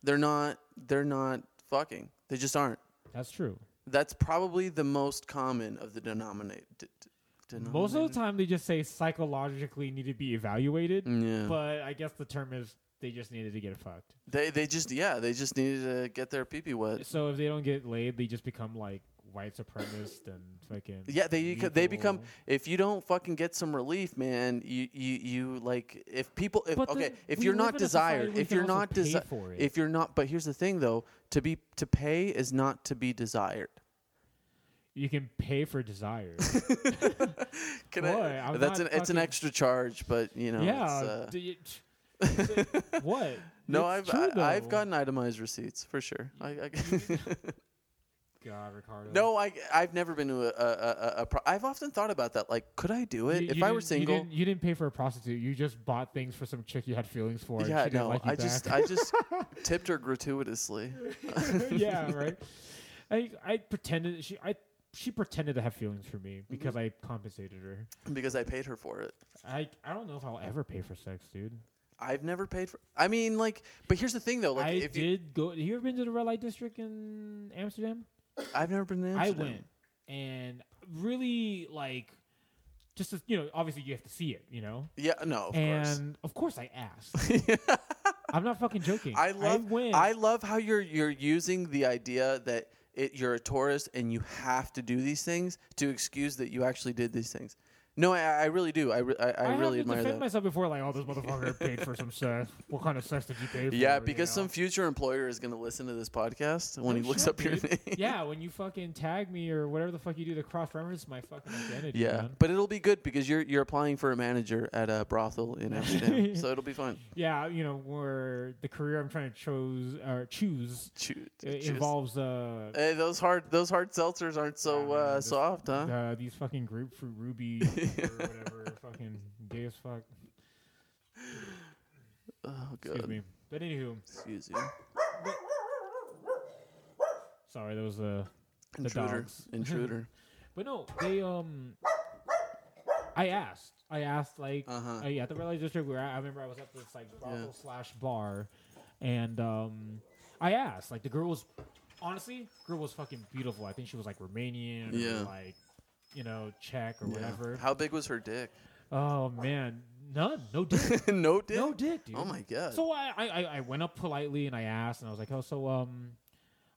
[SPEAKER 4] They're not. They're not fucking. They just aren't.
[SPEAKER 3] That's true.
[SPEAKER 4] That's probably the most common of the denominate. D- d- denominator.
[SPEAKER 3] Most of the time, they just say psychologically need to be evaluated.
[SPEAKER 4] Mm, Yeah.
[SPEAKER 3] But I guess the term is they just needed to get fucked.
[SPEAKER 4] they they just yeah they just needed to get their pee pee wet.
[SPEAKER 3] So if they don't get laid, they just become like white supremacist and fucking.
[SPEAKER 4] Yeah, they beco- they become
[SPEAKER 3] evil.
[SPEAKER 4] if you don't fucking get some relief, man. You you you like if people if
[SPEAKER 3] But
[SPEAKER 4] eh, okay
[SPEAKER 3] then
[SPEAKER 4] if
[SPEAKER 3] we
[SPEAKER 4] you're
[SPEAKER 3] live
[SPEAKER 4] not
[SPEAKER 3] in a society
[SPEAKER 4] desired
[SPEAKER 3] where you
[SPEAKER 4] if
[SPEAKER 3] can
[SPEAKER 4] you're
[SPEAKER 3] also
[SPEAKER 4] not
[SPEAKER 3] pay
[SPEAKER 4] desired
[SPEAKER 3] for it.
[SPEAKER 4] if you're not but here's the thing though to be to pay is not to be desired.
[SPEAKER 3] You can pay for desire.
[SPEAKER 4] Can
[SPEAKER 3] Boy,
[SPEAKER 4] I,
[SPEAKER 3] I'm
[SPEAKER 4] that's an
[SPEAKER 3] not
[SPEAKER 4] it's an
[SPEAKER 3] fucking-
[SPEAKER 4] extra charge, but you know
[SPEAKER 3] yeah.
[SPEAKER 4] it's, uh,
[SPEAKER 3] do you- it's- what?
[SPEAKER 4] no I've
[SPEAKER 3] It's
[SPEAKER 4] I,
[SPEAKER 3] true,
[SPEAKER 4] I've
[SPEAKER 3] though.
[SPEAKER 4] gotten itemized receipts for sure. I, I,
[SPEAKER 3] God, Ricardo.
[SPEAKER 4] no I I've never been to a, a, a, a pro- I've often thought about that like could I do it
[SPEAKER 3] You-
[SPEAKER 4] if
[SPEAKER 3] you
[SPEAKER 4] I were
[SPEAKER 3] didn't- you
[SPEAKER 4] single.
[SPEAKER 3] didn't, you didn't pay for a prostitute. You just bought things for some chick you had feelings for. and
[SPEAKER 4] yeah,
[SPEAKER 3] she didn't
[SPEAKER 4] no,
[SPEAKER 3] like you
[SPEAKER 4] I just
[SPEAKER 3] back.
[SPEAKER 4] I just tipped her gratuitously.
[SPEAKER 3] yeah, right. I I pretended she I she pretended to have feelings for
[SPEAKER 4] Mm-hmm.
[SPEAKER 3] me because I compensated her.
[SPEAKER 4] because I paid her for it.
[SPEAKER 3] I I don't know if I'll ever pay for sex, dude.
[SPEAKER 4] I've never paid for. I mean, like, but here's the thing though. Like,
[SPEAKER 3] I
[SPEAKER 4] if
[SPEAKER 3] did go. You ever been to the red light district in Amsterdam?
[SPEAKER 4] you, I've never been. To Amsterdam.
[SPEAKER 3] I went and really like just to, you know obviously you have to see it, you know.
[SPEAKER 4] Yeah, no, of course.
[SPEAKER 3] and of course I asked. I'm not fucking joking.
[SPEAKER 4] I love.
[SPEAKER 3] I
[SPEAKER 4] I,
[SPEAKER 3] went.
[SPEAKER 4] love how you're you're using the idea that it you're a tourist and you have to do these things to excuse that you actually did these things. No, I, I really do. I, re- I, I
[SPEAKER 3] I
[SPEAKER 4] really
[SPEAKER 3] had to
[SPEAKER 4] admire
[SPEAKER 3] defend
[SPEAKER 4] that.
[SPEAKER 3] myself before, like, oh, this motherfucker paid for some sex. What kind of sex did you pay for?
[SPEAKER 4] yeah,
[SPEAKER 3] you
[SPEAKER 4] because
[SPEAKER 3] know?
[SPEAKER 4] some future employer is going to listen to this podcast when he
[SPEAKER 3] Oh,
[SPEAKER 4] looks
[SPEAKER 3] shit,
[SPEAKER 4] up your
[SPEAKER 3] dude.
[SPEAKER 4] name.
[SPEAKER 3] yeah, when you fucking tag me or whatever the fuck you do to cross reference my fucking identity.
[SPEAKER 4] Yeah,
[SPEAKER 3] man.
[SPEAKER 4] but it'll be good because you're you're applying for a manager at a brothel in Amsterdam, so it'll be fun.
[SPEAKER 3] yeah, you know, where the career I'm trying to choose or choose
[SPEAKER 4] Choo-
[SPEAKER 3] uh,
[SPEAKER 4] choose.
[SPEAKER 3] involves uh,
[SPEAKER 4] Hey, those hard those hard seltzers aren't so
[SPEAKER 3] Yeah, man,
[SPEAKER 4] uh,
[SPEAKER 3] this-
[SPEAKER 4] soft, huh?
[SPEAKER 3] uh, these fucking grapefruit ruby or whatever, fucking gay as fuck.
[SPEAKER 4] Oh god.
[SPEAKER 3] Excuse me. But anywho,
[SPEAKER 4] Excuse you.
[SPEAKER 3] sorry, that was uh, the
[SPEAKER 4] Intruder.
[SPEAKER 3] dogs.
[SPEAKER 4] Intruder.
[SPEAKER 3] But no, they um, I asked, I asked like,
[SPEAKER 4] Uh-huh.
[SPEAKER 3] uh, yeah, at the red light district where I, I remember I was at this like brothel slash bar, and um, I asked like the girl was, honestly, girl was fucking beautiful. I think she was like Romanian,
[SPEAKER 4] Yeah.
[SPEAKER 3] or, like you know, check or
[SPEAKER 4] Yeah.
[SPEAKER 3] whatever.
[SPEAKER 4] How big was her dick?
[SPEAKER 3] Oh man, none, no dick,
[SPEAKER 4] no dick.
[SPEAKER 3] no dick, dude.
[SPEAKER 4] Oh my god.
[SPEAKER 3] So I, I, I- I went up politely and I asked and I was like, oh, so um,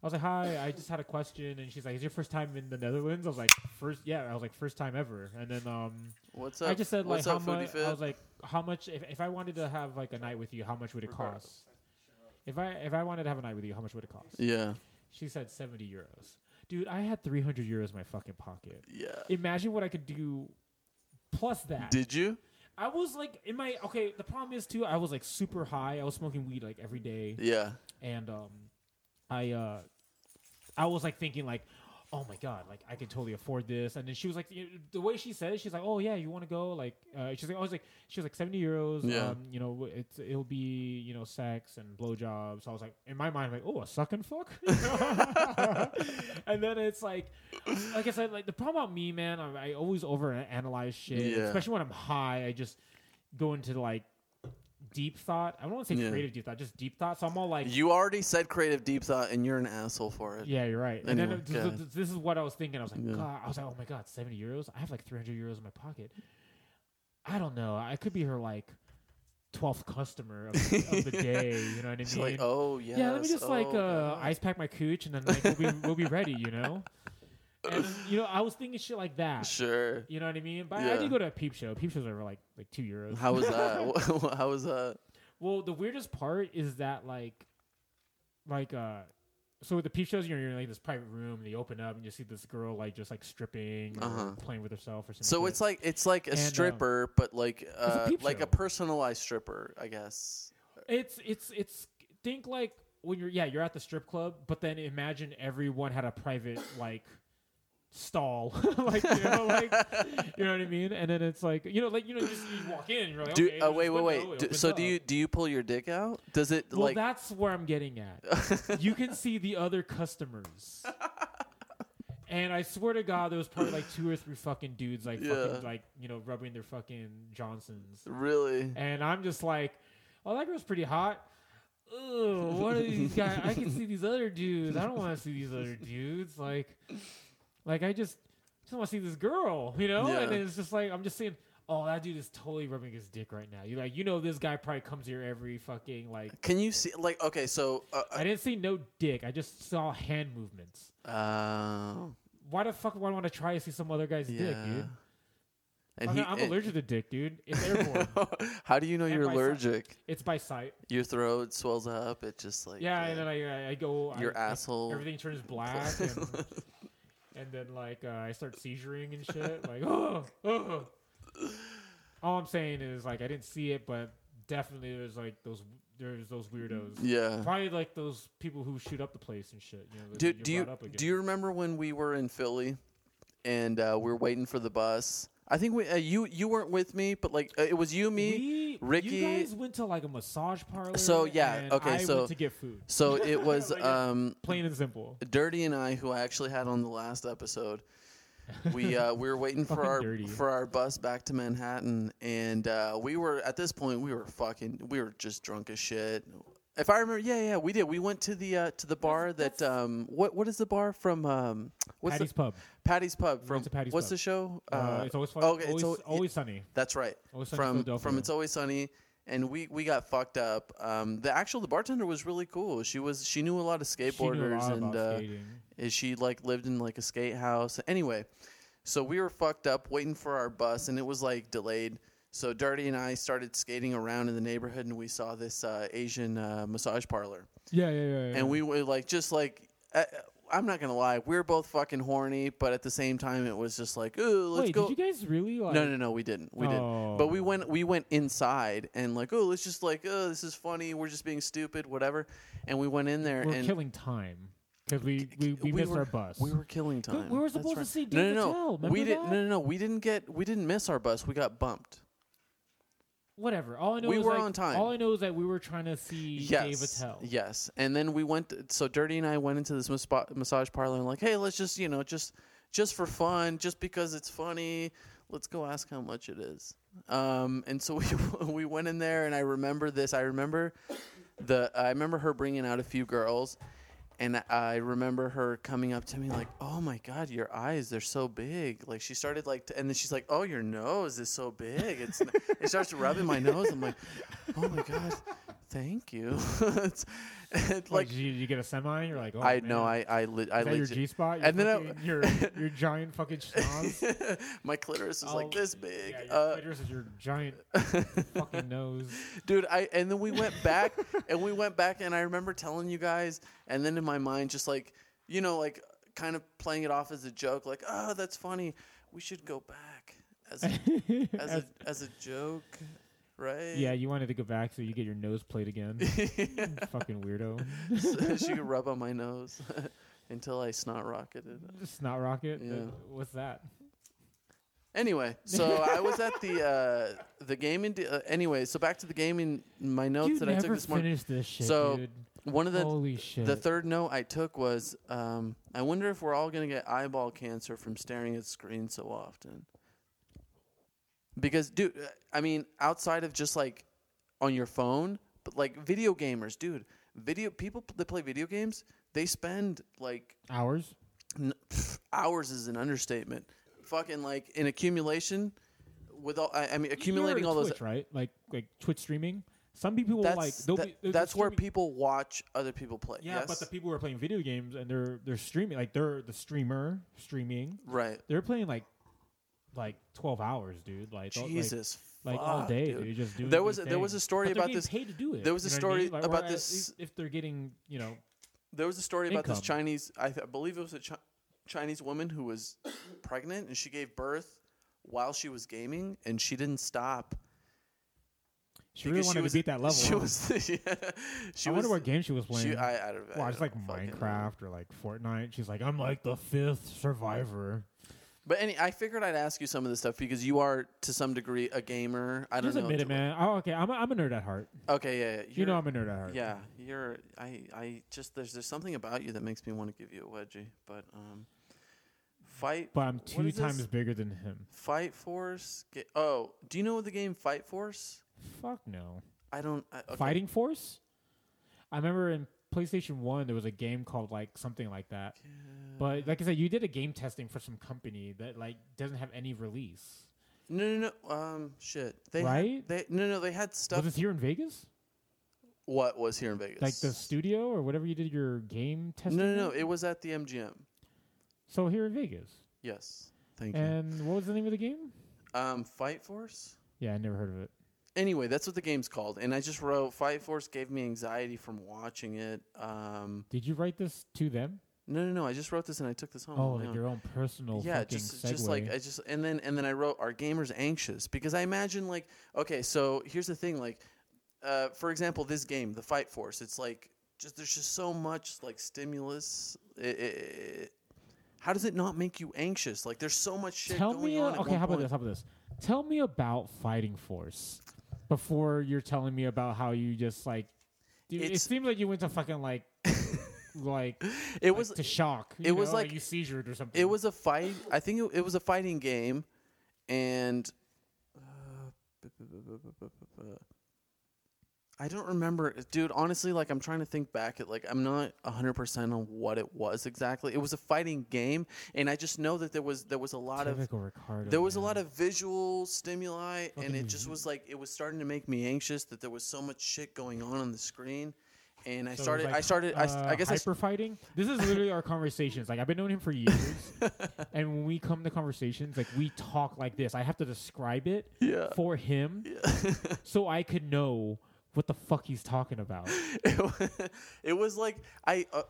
[SPEAKER 3] I was like, hi, I just had a question, and she's like, is your first time in the Netherlands? I was like, first, yeah. I was like, first time ever, and then um,
[SPEAKER 4] What's up?
[SPEAKER 3] I just said like
[SPEAKER 4] What's
[SPEAKER 3] how
[SPEAKER 4] up, Foodie
[SPEAKER 3] much.
[SPEAKER 4] Fit?
[SPEAKER 3] I was like, how much if, if I wanted to have like a night with you, how much would it cost? If I if I wanted to have a night with you, how much would it cost?
[SPEAKER 4] yeah.
[SPEAKER 3] She said seventy euros. Dude, I had three hundred euros in my fucking pocket.
[SPEAKER 4] Yeah.
[SPEAKER 3] Imagine what I could do. Plus that,
[SPEAKER 4] Did you?
[SPEAKER 3] I was like in my okay. The problem is too, I was like super high. I was smoking weed like every day,
[SPEAKER 4] Yeah.
[SPEAKER 3] and um, I uh, I was like thinking like, oh my god, like I could totally afford this. And then she was like, you- the way she said it, she's like, oh yeah, you want to go? Like, uh, she's like, I was like, she was like seventy euros.
[SPEAKER 4] Yeah.
[SPEAKER 3] Um, you know, it's it'll be you know sex and blowjobs. So I was like, in my mind, I'm like, oh, a suck and fuck. and then it's like, like I said, like the problem about me, man, I, I always overanalyze shit,
[SPEAKER 4] Yeah.
[SPEAKER 3] especially when I'm high. I just go into like deep thought. I don't want to say
[SPEAKER 4] Yeah.
[SPEAKER 3] creative deep thought, just deep thought. So I'm all like,
[SPEAKER 4] You already said creative deep thought, and you're an asshole for it.
[SPEAKER 3] yeah, you're right. And
[SPEAKER 4] Anyway,
[SPEAKER 3] then
[SPEAKER 4] go
[SPEAKER 3] uh, this,
[SPEAKER 4] ahead.
[SPEAKER 3] this is what I was thinking. I was like,
[SPEAKER 4] Yeah.
[SPEAKER 3] God, I was like, oh my God, 70 euros? I have like 300 euros in my pocket. I don't know. I could be her like 12th customer of, of the day. You know what I mean?
[SPEAKER 4] She's like, oh yeah.
[SPEAKER 3] yeah, let me just like uh, ice pack my cooch and then like, we'll, be, we'll be ready, you know? And, you know, I was thinking shit like that.
[SPEAKER 4] Sure.
[SPEAKER 3] You know what I mean? But I
[SPEAKER 4] Yeah.
[SPEAKER 3] did go to a peep show. Peep shows are like like two euros.
[SPEAKER 4] How was that? How was that?
[SPEAKER 3] Well, the weirdest part is that like, like uh, so with the peep shows, you're, you're in like this private room, and you open up, and you see this girl like just like stripping, or
[SPEAKER 4] Uh-huh.
[SPEAKER 3] playing with herself, or something.
[SPEAKER 4] So it's like it's like a
[SPEAKER 3] And, uh,
[SPEAKER 4] stripper, but like uh,
[SPEAKER 3] peep
[SPEAKER 4] like
[SPEAKER 3] show.
[SPEAKER 4] a personalized stripper, I guess.
[SPEAKER 3] it's it's it's think like when you're yeah you're at the strip club, but then imagine everyone had a private like stall, like you know like you know what I mean, and then it's like you know like you know just you walk in, you're like
[SPEAKER 4] Do
[SPEAKER 3] okay,
[SPEAKER 4] uh,
[SPEAKER 3] there's
[SPEAKER 4] wait,
[SPEAKER 3] this
[SPEAKER 4] wait,
[SPEAKER 3] window,
[SPEAKER 4] wait.
[SPEAKER 3] it
[SPEAKER 4] Do,
[SPEAKER 3] opens
[SPEAKER 4] so do
[SPEAKER 3] up.
[SPEAKER 4] you do you pull your dick out? Does it
[SPEAKER 3] Well,
[SPEAKER 4] like?
[SPEAKER 3] that's where I'm getting at. you can see the other customers. And I swear to God, there was probably like two or three fucking dudes, like
[SPEAKER 4] Yeah.
[SPEAKER 3] fucking, like you know, rubbing their fucking Johnsons.
[SPEAKER 4] Really?
[SPEAKER 3] And I'm just like, oh, that girl's pretty hot. Ugh, what are these guys? I can see these other dudes. I don't want to see these other dudes. Like, like I just, just want to see this girl, you know?
[SPEAKER 4] Yeah.
[SPEAKER 3] And then it's just like I'm just seeing. Oh, that dude is totally rubbing his dick right now. You like, you know, this guy probably comes here every fucking like
[SPEAKER 4] Can you see? Like, okay, so. Uh,
[SPEAKER 3] I didn't see no dick. I just saw hand movements.
[SPEAKER 4] uh, oh,
[SPEAKER 3] Why the fuck would I want to try to see some other guy's dick,
[SPEAKER 4] yeah.
[SPEAKER 3] dude?
[SPEAKER 4] And
[SPEAKER 3] I'm,
[SPEAKER 4] he,
[SPEAKER 3] I'm
[SPEAKER 4] and-
[SPEAKER 3] allergic to dick, dude. It's airborne.
[SPEAKER 4] How do you know
[SPEAKER 3] And
[SPEAKER 4] you're
[SPEAKER 3] by si-
[SPEAKER 4] allergic?
[SPEAKER 3] it's by sight.
[SPEAKER 4] Your throat swells up. It just like uh,
[SPEAKER 3] Yeah, and then I, I- I go.
[SPEAKER 4] Your
[SPEAKER 3] I, I-
[SPEAKER 4] asshole.
[SPEAKER 3] everything turns black, and, and then like uh, I start seizuring and shit. Like, oh, oh. All I'm saying is like I didn't see it, but definitely there's like those there's those
[SPEAKER 4] Mm.
[SPEAKER 3] weirdos.
[SPEAKER 4] yeah.
[SPEAKER 3] Probably like those people who shoot up the place and shit. You know, that
[SPEAKER 4] Dude,
[SPEAKER 3] you're
[SPEAKER 4] do you
[SPEAKER 3] brought up again.
[SPEAKER 4] do you remember when we were in Philly, and uh, we were waiting for the bus? I think we uh, you you weren't with me, but like uh, it was you, me,
[SPEAKER 3] We-
[SPEAKER 4] Ricky.
[SPEAKER 3] You guys went to like a massage parlor.
[SPEAKER 4] So, yeah,
[SPEAKER 3] and
[SPEAKER 4] okay,
[SPEAKER 3] I
[SPEAKER 4] so-
[SPEAKER 3] went to get food.
[SPEAKER 4] So it was
[SPEAKER 3] Like, yeah.
[SPEAKER 4] um,
[SPEAKER 3] Plain and simple.
[SPEAKER 4] Dirty and I, who I actually had on the last episode. We uh, we were waiting for
[SPEAKER 3] Fucking
[SPEAKER 4] our
[SPEAKER 3] Dirty.
[SPEAKER 4] for our bus back to Manhattan, and uh, we were at this point we were fucking we were just drunk as shit. If I remember, yeah, yeah, we did. We went to the uh, to the bar that um what what is the bar from um what's
[SPEAKER 3] Patty's
[SPEAKER 4] the,
[SPEAKER 3] Pub.
[SPEAKER 4] Patty's Pub from
[SPEAKER 3] went to Patty's
[SPEAKER 4] what's
[SPEAKER 3] Pub.
[SPEAKER 4] the show?
[SPEAKER 3] Uh, it's always fun.
[SPEAKER 4] Okay,
[SPEAKER 3] always,
[SPEAKER 4] it's al-
[SPEAKER 3] always sunny.
[SPEAKER 4] that's right.
[SPEAKER 3] Always Sunny in
[SPEAKER 4] from from
[SPEAKER 3] Philadelphia.
[SPEAKER 4] It's Always Sunny, and we we got fucked up. Um, the actual the bartender was really cool. She was she knew a lot of
[SPEAKER 3] She knew a lot
[SPEAKER 4] skateboarders and
[SPEAKER 3] about
[SPEAKER 4] uh,
[SPEAKER 3] skating.
[SPEAKER 4] is she like lived in like a skate house. Anyway, so we were fucked up waiting for our bus, and it was like delayed. So Dirty and I started skating around in the neighborhood, and we saw this uh, Asian uh, massage parlor,
[SPEAKER 3] Yeah, yeah, yeah. yeah.
[SPEAKER 4] and we were like just like. Uh, I'm not gonna lie, we were both fucking horny, but at the same time, it was just like, ooh, let's
[SPEAKER 3] Wait,
[SPEAKER 4] go.
[SPEAKER 3] did you guys really like?
[SPEAKER 4] No, no, no, we didn't. We didn't. But we
[SPEAKER 3] Oh.
[SPEAKER 4] went we went inside and like, oh, let's just like, oh, this is funny. We're just being stupid, whatever. And we went in there
[SPEAKER 3] We're
[SPEAKER 4] and
[SPEAKER 3] killing time because we we, we, missed
[SPEAKER 4] were,
[SPEAKER 3] our bus.
[SPEAKER 4] We were killing
[SPEAKER 3] we
[SPEAKER 4] time.
[SPEAKER 3] were
[SPEAKER 4] That's
[SPEAKER 3] supposed to see
[SPEAKER 4] No,
[SPEAKER 3] Dave
[SPEAKER 4] no,
[SPEAKER 3] Attell,
[SPEAKER 4] no.
[SPEAKER 3] remember
[SPEAKER 4] We didn't.
[SPEAKER 3] that?
[SPEAKER 4] No, no, no. We didn't get. We didn't miss our bus. We got bumped.
[SPEAKER 3] whatever. All I know
[SPEAKER 4] we
[SPEAKER 3] is
[SPEAKER 4] were
[SPEAKER 3] like,
[SPEAKER 4] on time.
[SPEAKER 3] All I know is that we were trying to see Dave
[SPEAKER 4] Yes.
[SPEAKER 3] Attell.
[SPEAKER 4] Yes. And then we went. So Dirty and I went into this mas- massage parlor and like, hey, let's just you know just just for fun, just because it's funny. Let's go ask how much it is. Um, and so we we went in there and I remember this. I remember the I remember her bringing out a few girls, And I remember her coming up to me like, "Oh my god, your eyes, they're so big." Like she started like to, and then she's like, "Oh, your nose is so big." It's n-" it starts rubbing my nose. I'm like, "Oh my god, thank you." it's, it's
[SPEAKER 3] Like,
[SPEAKER 4] like
[SPEAKER 3] did you, did you get a semi? You're like, oh,
[SPEAKER 4] I
[SPEAKER 3] man.
[SPEAKER 4] know I I lit I
[SPEAKER 3] Is that your
[SPEAKER 4] legit
[SPEAKER 3] G spot?
[SPEAKER 4] and then I-
[SPEAKER 3] your your giant fucking schnoz.
[SPEAKER 4] my clitoris is like
[SPEAKER 3] Oh,
[SPEAKER 4] this big.
[SPEAKER 3] Yeah, your
[SPEAKER 4] Uh,
[SPEAKER 3] clitoris is your giant fucking nose.
[SPEAKER 4] dude i and then we went back and we went back and i remember telling you guys and then in my mind just like you know like kind of playing it off as a joke like oh that's funny we should go back as a, as a, as a joke right
[SPEAKER 3] yeah, you wanted to go back so you get your nose played again. fucking weirdo.
[SPEAKER 4] So she could rub on my nose until i snot rocketed
[SPEAKER 3] Snot rocket. Uh,
[SPEAKER 4] Yeah.
[SPEAKER 3] What's that?
[SPEAKER 4] anyway so i was at the uh the gaming d- uh, anyway so back to the gaming my notes
[SPEAKER 3] you
[SPEAKER 4] that i
[SPEAKER 3] never
[SPEAKER 4] took this morning
[SPEAKER 3] finished this shit,
[SPEAKER 4] So,
[SPEAKER 3] dude.
[SPEAKER 4] one of the
[SPEAKER 3] Holy shit.
[SPEAKER 4] The third note I took was, um, I wonder if we're all going to get eyeball cancer from staring at screens so often. Because, dude, uh, I mean, outside of just like on your phone, but like video gamers, dude, video people p- that play video games, they spend like
[SPEAKER 3] Hours.
[SPEAKER 4] n- pff, hours is an understatement. Fucking like in accumulation with all, I, I mean, accumulating
[SPEAKER 3] You're
[SPEAKER 4] all those.
[SPEAKER 3] Twitch, right? Like like Twitch streaming. Some people will
[SPEAKER 4] That's,
[SPEAKER 3] like they'll
[SPEAKER 4] that-
[SPEAKER 3] be, they'll be
[SPEAKER 4] that's where
[SPEAKER 3] streaming-
[SPEAKER 4] people watch other people play.
[SPEAKER 3] Yeah,
[SPEAKER 4] yes?
[SPEAKER 3] but the people who are playing video games and they're they're streaming like they're the streamer streaming.
[SPEAKER 4] right.
[SPEAKER 3] They're playing like like twelve hours, dude. Like all- like-
[SPEAKER 4] Jesus,
[SPEAKER 3] like, all
[SPEAKER 4] fuck,
[SPEAKER 3] day,
[SPEAKER 4] dude.
[SPEAKER 3] dude. Just doing
[SPEAKER 4] There was
[SPEAKER 3] these
[SPEAKER 4] a- there was
[SPEAKER 3] things.
[SPEAKER 4] a story
[SPEAKER 3] But they're
[SPEAKER 4] about
[SPEAKER 3] getting
[SPEAKER 4] this-
[SPEAKER 3] Paid to do it.
[SPEAKER 4] there was a
[SPEAKER 3] you know what I mean?
[SPEAKER 4] story
[SPEAKER 3] Like, or
[SPEAKER 4] about
[SPEAKER 3] at
[SPEAKER 4] this-
[SPEAKER 3] least If they're getting, you know,
[SPEAKER 4] There was a story about this
[SPEAKER 3] Income.
[SPEAKER 4] Chinese. I, th- I believe it was a chi- Chinese woman who was pregnant and she gave birth while she was gaming, and she didn't stop.
[SPEAKER 3] she really
[SPEAKER 4] because
[SPEAKER 3] wanted
[SPEAKER 4] was,
[SPEAKER 3] to beat that level.
[SPEAKER 4] She
[SPEAKER 3] huh?
[SPEAKER 4] was. yeah, she
[SPEAKER 3] I
[SPEAKER 4] was,
[SPEAKER 3] wonder what game she was playing.
[SPEAKER 4] She, I, I don't. I
[SPEAKER 3] Well, it's
[SPEAKER 4] don't
[SPEAKER 3] like
[SPEAKER 4] fucking know.
[SPEAKER 3] Minecraft or like Fortnite. She's like, I'm like the fifth survivor.
[SPEAKER 4] But any, I figured I'd ask you some of this stuff because you are to some degree a gamer. I don't
[SPEAKER 3] Just
[SPEAKER 4] know.
[SPEAKER 3] admit
[SPEAKER 4] to
[SPEAKER 3] it,
[SPEAKER 4] what-
[SPEAKER 3] man. Oh, okay. I'm a, I'm a nerd at heart.
[SPEAKER 4] Okay, yeah, yeah.
[SPEAKER 3] You know,
[SPEAKER 4] you're-
[SPEAKER 3] I'm a nerd at heart.
[SPEAKER 4] Yeah, you're. I. I just there's there's something about you that makes me want to give you a wedgie, but um, fight.
[SPEAKER 3] But I'm
[SPEAKER 4] what
[SPEAKER 3] two
[SPEAKER 4] is this?
[SPEAKER 3] times bigger than him.
[SPEAKER 4] Fight Force. Ga- oh, do you know the game Fight Force?
[SPEAKER 3] Fuck no.
[SPEAKER 4] I don't. I, okay.
[SPEAKER 3] Fighting Force. I remember in PlayStation One there was a game called like something like that. But like I said, you did a game testing for some company that like doesn't have any release.
[SPEAKER 4] No, no, no. Um, shit. They had-
[SPEAKER 3] Right?
[SPEAKER 4] they no, no. They had stuff.
[SPEAKER 3] Was this here in Vegas?
[SPEAKER 4] what was here in Vegas?
[SPEAKER 3] Like the studio or whatever you did your game testing?
[SPEAKER 4] No, no, no.
[SPEAKER 3] at?
[SPEAKER 4] It was at the MGM.
[SPEAKER 3] So here in Vegas.
[SPEAKER 4] Yes. Thank
[SPEAKER 3] And what was the name of the game?
[SPEAKER 4] you. Um, Fight Force.
[SPEAKER 3] Yeah, I never heard of it.
[SPEAKER 4] Anyway, that's what the game's called, and I just wrote Fight Force gave me anxiety from watching it. Um,
[SPEAKER 3] Did you write this to them?
[SPEAKER 4] no, no, no. I just wrote this and I took this home.
[SPEAKER 3] Oh,
[SPEAKER 4] on my
[SPEAKER 3] like
[SPEAKER 4] own.
[SPEAKER 3] your own personal
[SPEAKER 4] yeah
[SPEAKER 3] fucking
[SPEAKER 4] just
[SPEAKER 3] segue.
[SPEAKER 4] just like i just and then and then i wrote are gamers anxious because i imagine like okay so here's the thing like uh, for example this game the fight force it's like just there's just so much like stimulus I i i how does it not make you anxious like there's so much shit
[SPEAKER 3] Tell
[SPEAKER 4] going
[SPEAKER 3] me, a-
[SPEAKER 4] on at
[SPEAKER 3] okay,
[SPEAKER 4] one
[SPEAKER 3] how about
[SPEAKER 4] point.
[SPEAKER 3] this? How about this? Tell me about Fighting Force before you're telling me about how you just like. Dude, it
[SPEAKER 4] It's-
[SPEAKER 3] seemed like you went to fucking like, like
[SPEAKER 4] it was
[SPEAKER 3] to shock. you
[SPEAKER 4] it was
[SPEAKER 3] know,
[SPEAKER 4] like-
[SPEAKER 3] you seizured or something.
[SPEAKER 4] it was a fight i think it, it was a fighting game and uh, i don't remember dude honestly like i'm trying to think back at like i'm not 100% on what it was exactly it was a fighting game and i just know that there was there was a lot of
[SPEAKER 3] typical Ricardo.
[SPEAKER 4] there was a
[SPEAKER 3] man.
[SPEAKER 4] lot of visual stimuli and it
[SPEAKER 3] Fucking-
[SPEAKER 4] just was like it was starting to make me anxious that there was so much shit going on on the screen and
[SPEAKER 3] So
[SPEAKER 4] i
[SPEAKER 3] it was
[SPEAKER 4] started
[SPEAKER 3] like,
[SPEAKER 4] i started I s I
[SPEAKER 3] uh,
[SPEAKER 4] I guess I s-
[SPEAKER 3] hyper fighting. This is literally our conversations. Like I've been knowing him for years, and when we come to conversations, like we talk like this. I have to describe it
[SPEAKER 4] Yeah.
[SPEAKER 3] for him, so I could know what the fuck he's talking about.
[SPEAKER 4] it wa- it was like I. Uh,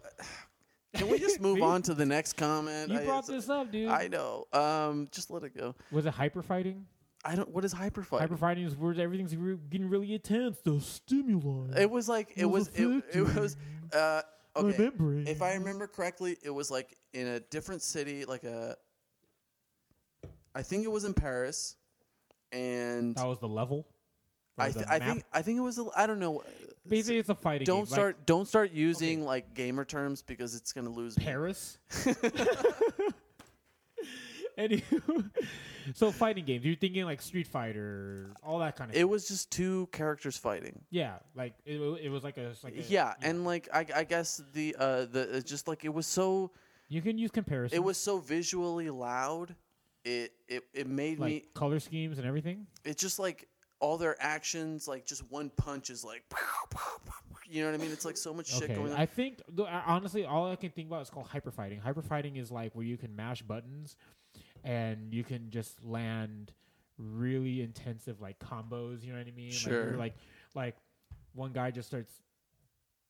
[SPEAKER 4] can we just move
[SPEAKER 3] See?
[SPEAKER 4] on to the next comment?
[SPEAKER 3] You
[SPEAKER 4] I,
[SPEAKER 3] brought
[SPEAKER 4] it's-
[SPEAKER 3] this up, dude.
[SPEAKER 4] I know. Um, just let it go.
[SPEAKER 3] was it hyper fighting?
[SPEAKER 4] I don't. What is hyperfight?
[SPEAKER 3] Hyper fighting is where everything's re- getting really intense. The stimuli.
[SPEAKER 4] it was like it was.
[SPEAKER 3] was
[SPEAKER 4] It, it
[SPEAKER 3] affecting
[SPEAKER 4] was. Uh, okay.
[SPEAKER 3] Remembering.
[SPEAKER 4] If I remember correctly, it was like in a different city, like a. I think it was in Paris, and
[SPEAKER 3] that was the level. That
[SPEAKER 4] I,
[SPEAKER 3] was
[SPEAKER 4] th-
[SPEAKER 3] the
[SPEAKER 4] I
[SPEAKER 3] map.
[SPEAKER 4] think I think it was. a- I don't know.
[SPEAKER 3] basically it's a fighting.
[SPEAKER 4] Don't
[SPEAKER 3] game.
[SPEAKER 4] start.
[SPEAKER 3] like
[SPEAKER 4] don't start using like gamer terms because it's gonna lose me.
[SPEAKER 3] Paris. Anywho, so fighting games. You're thinking like Street Fighter, all that kind of.
[SPEAKER 4] It
[SPEAKER 3] shit.
[SPEAKER 4] was just two characters fighting.
[SPEAKER 3] yeah, like it, wa- it was like a like a-
[SPEAKER 4] Yeah, and like I, I guess the uh the it's just like it was so
[SPEAKER 3] you can use comparisons.
[SPEAKER 4] it was so visually loud. It it it made
[SPEAKER 3] like
[SPEAKER 4] me
[SPEAKER 3] color schemes and everything.
[SPEAKER 4] it's just like all their actions like just one punch is like you know what I mean? It's like so much shit
[SPEAKER 3] Okay,
[SPEAKER 4] going on.
[SPEAKER 3] I think th- I- honestly, all I can think about is called hyper fighting. Hyper fighting is like where you can mash buttons, and you can just land really intensive like combos. You know what I mean? Like,
[SPEAKER 4] Sure.
[SPEAKER 3] you're, like like one guy just starts,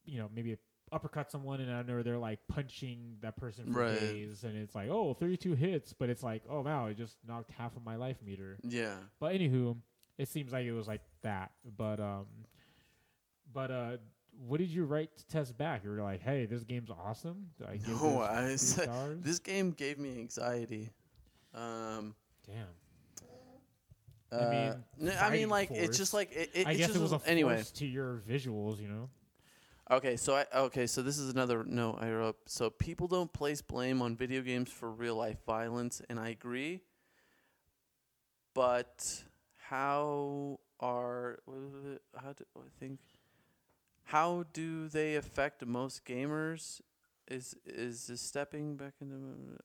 [SPEAKER 3] you know, maybe uppercut someone, and I know they're like punching that person for
[SPEAKER 4] Right.
[SPEAKER 3] days, and it's like oh, 32 hits, but it's like oh wow, it just knocked half of my life meter.
[SPEAKER 4] yeah.
[SPEAKER 3] But anywho, it seems like it was like that. But um, but uh, what did you write to test back? You were like, hey, this game's awesome. Did I give
[SPEAKER 4] No,
[SPEAKER 3] this
[SPEAKER 4] Oh, I
[SPEAKER 3] three
[SPEAKER 4] said
[SPEAKER 3] stars?
[SPEAKER 4] this game gave me anxiety. Um
[SPEAKER 3] Damn. I
[SPEAKER 4] uh,
[SPEAKER 3] mean,
[SPEAKER 4] n- I
[SPEAKER 3] fighting
[SPEAKER 4] mean, like it's
[SPEAKER 3] force.
[SPEAKER 4] just like it, it,
[SPEAKER 3] I
[SPEAKER 4] it's
[SPEAKER 3] guess
[SPEAKER 4] just
[SPEAKER 3] it was a force
[SPEAKER 4] anyway.
[SPEAKER 3] to your visuals, you know.
[SPEAKER 4] Okay, so I okay, so this is another no I wrote. up. So people don't place blame on video games for real life violence, and I agree. But how are what was it? how do I think? How do they affect most gamers? Is is is stepping back into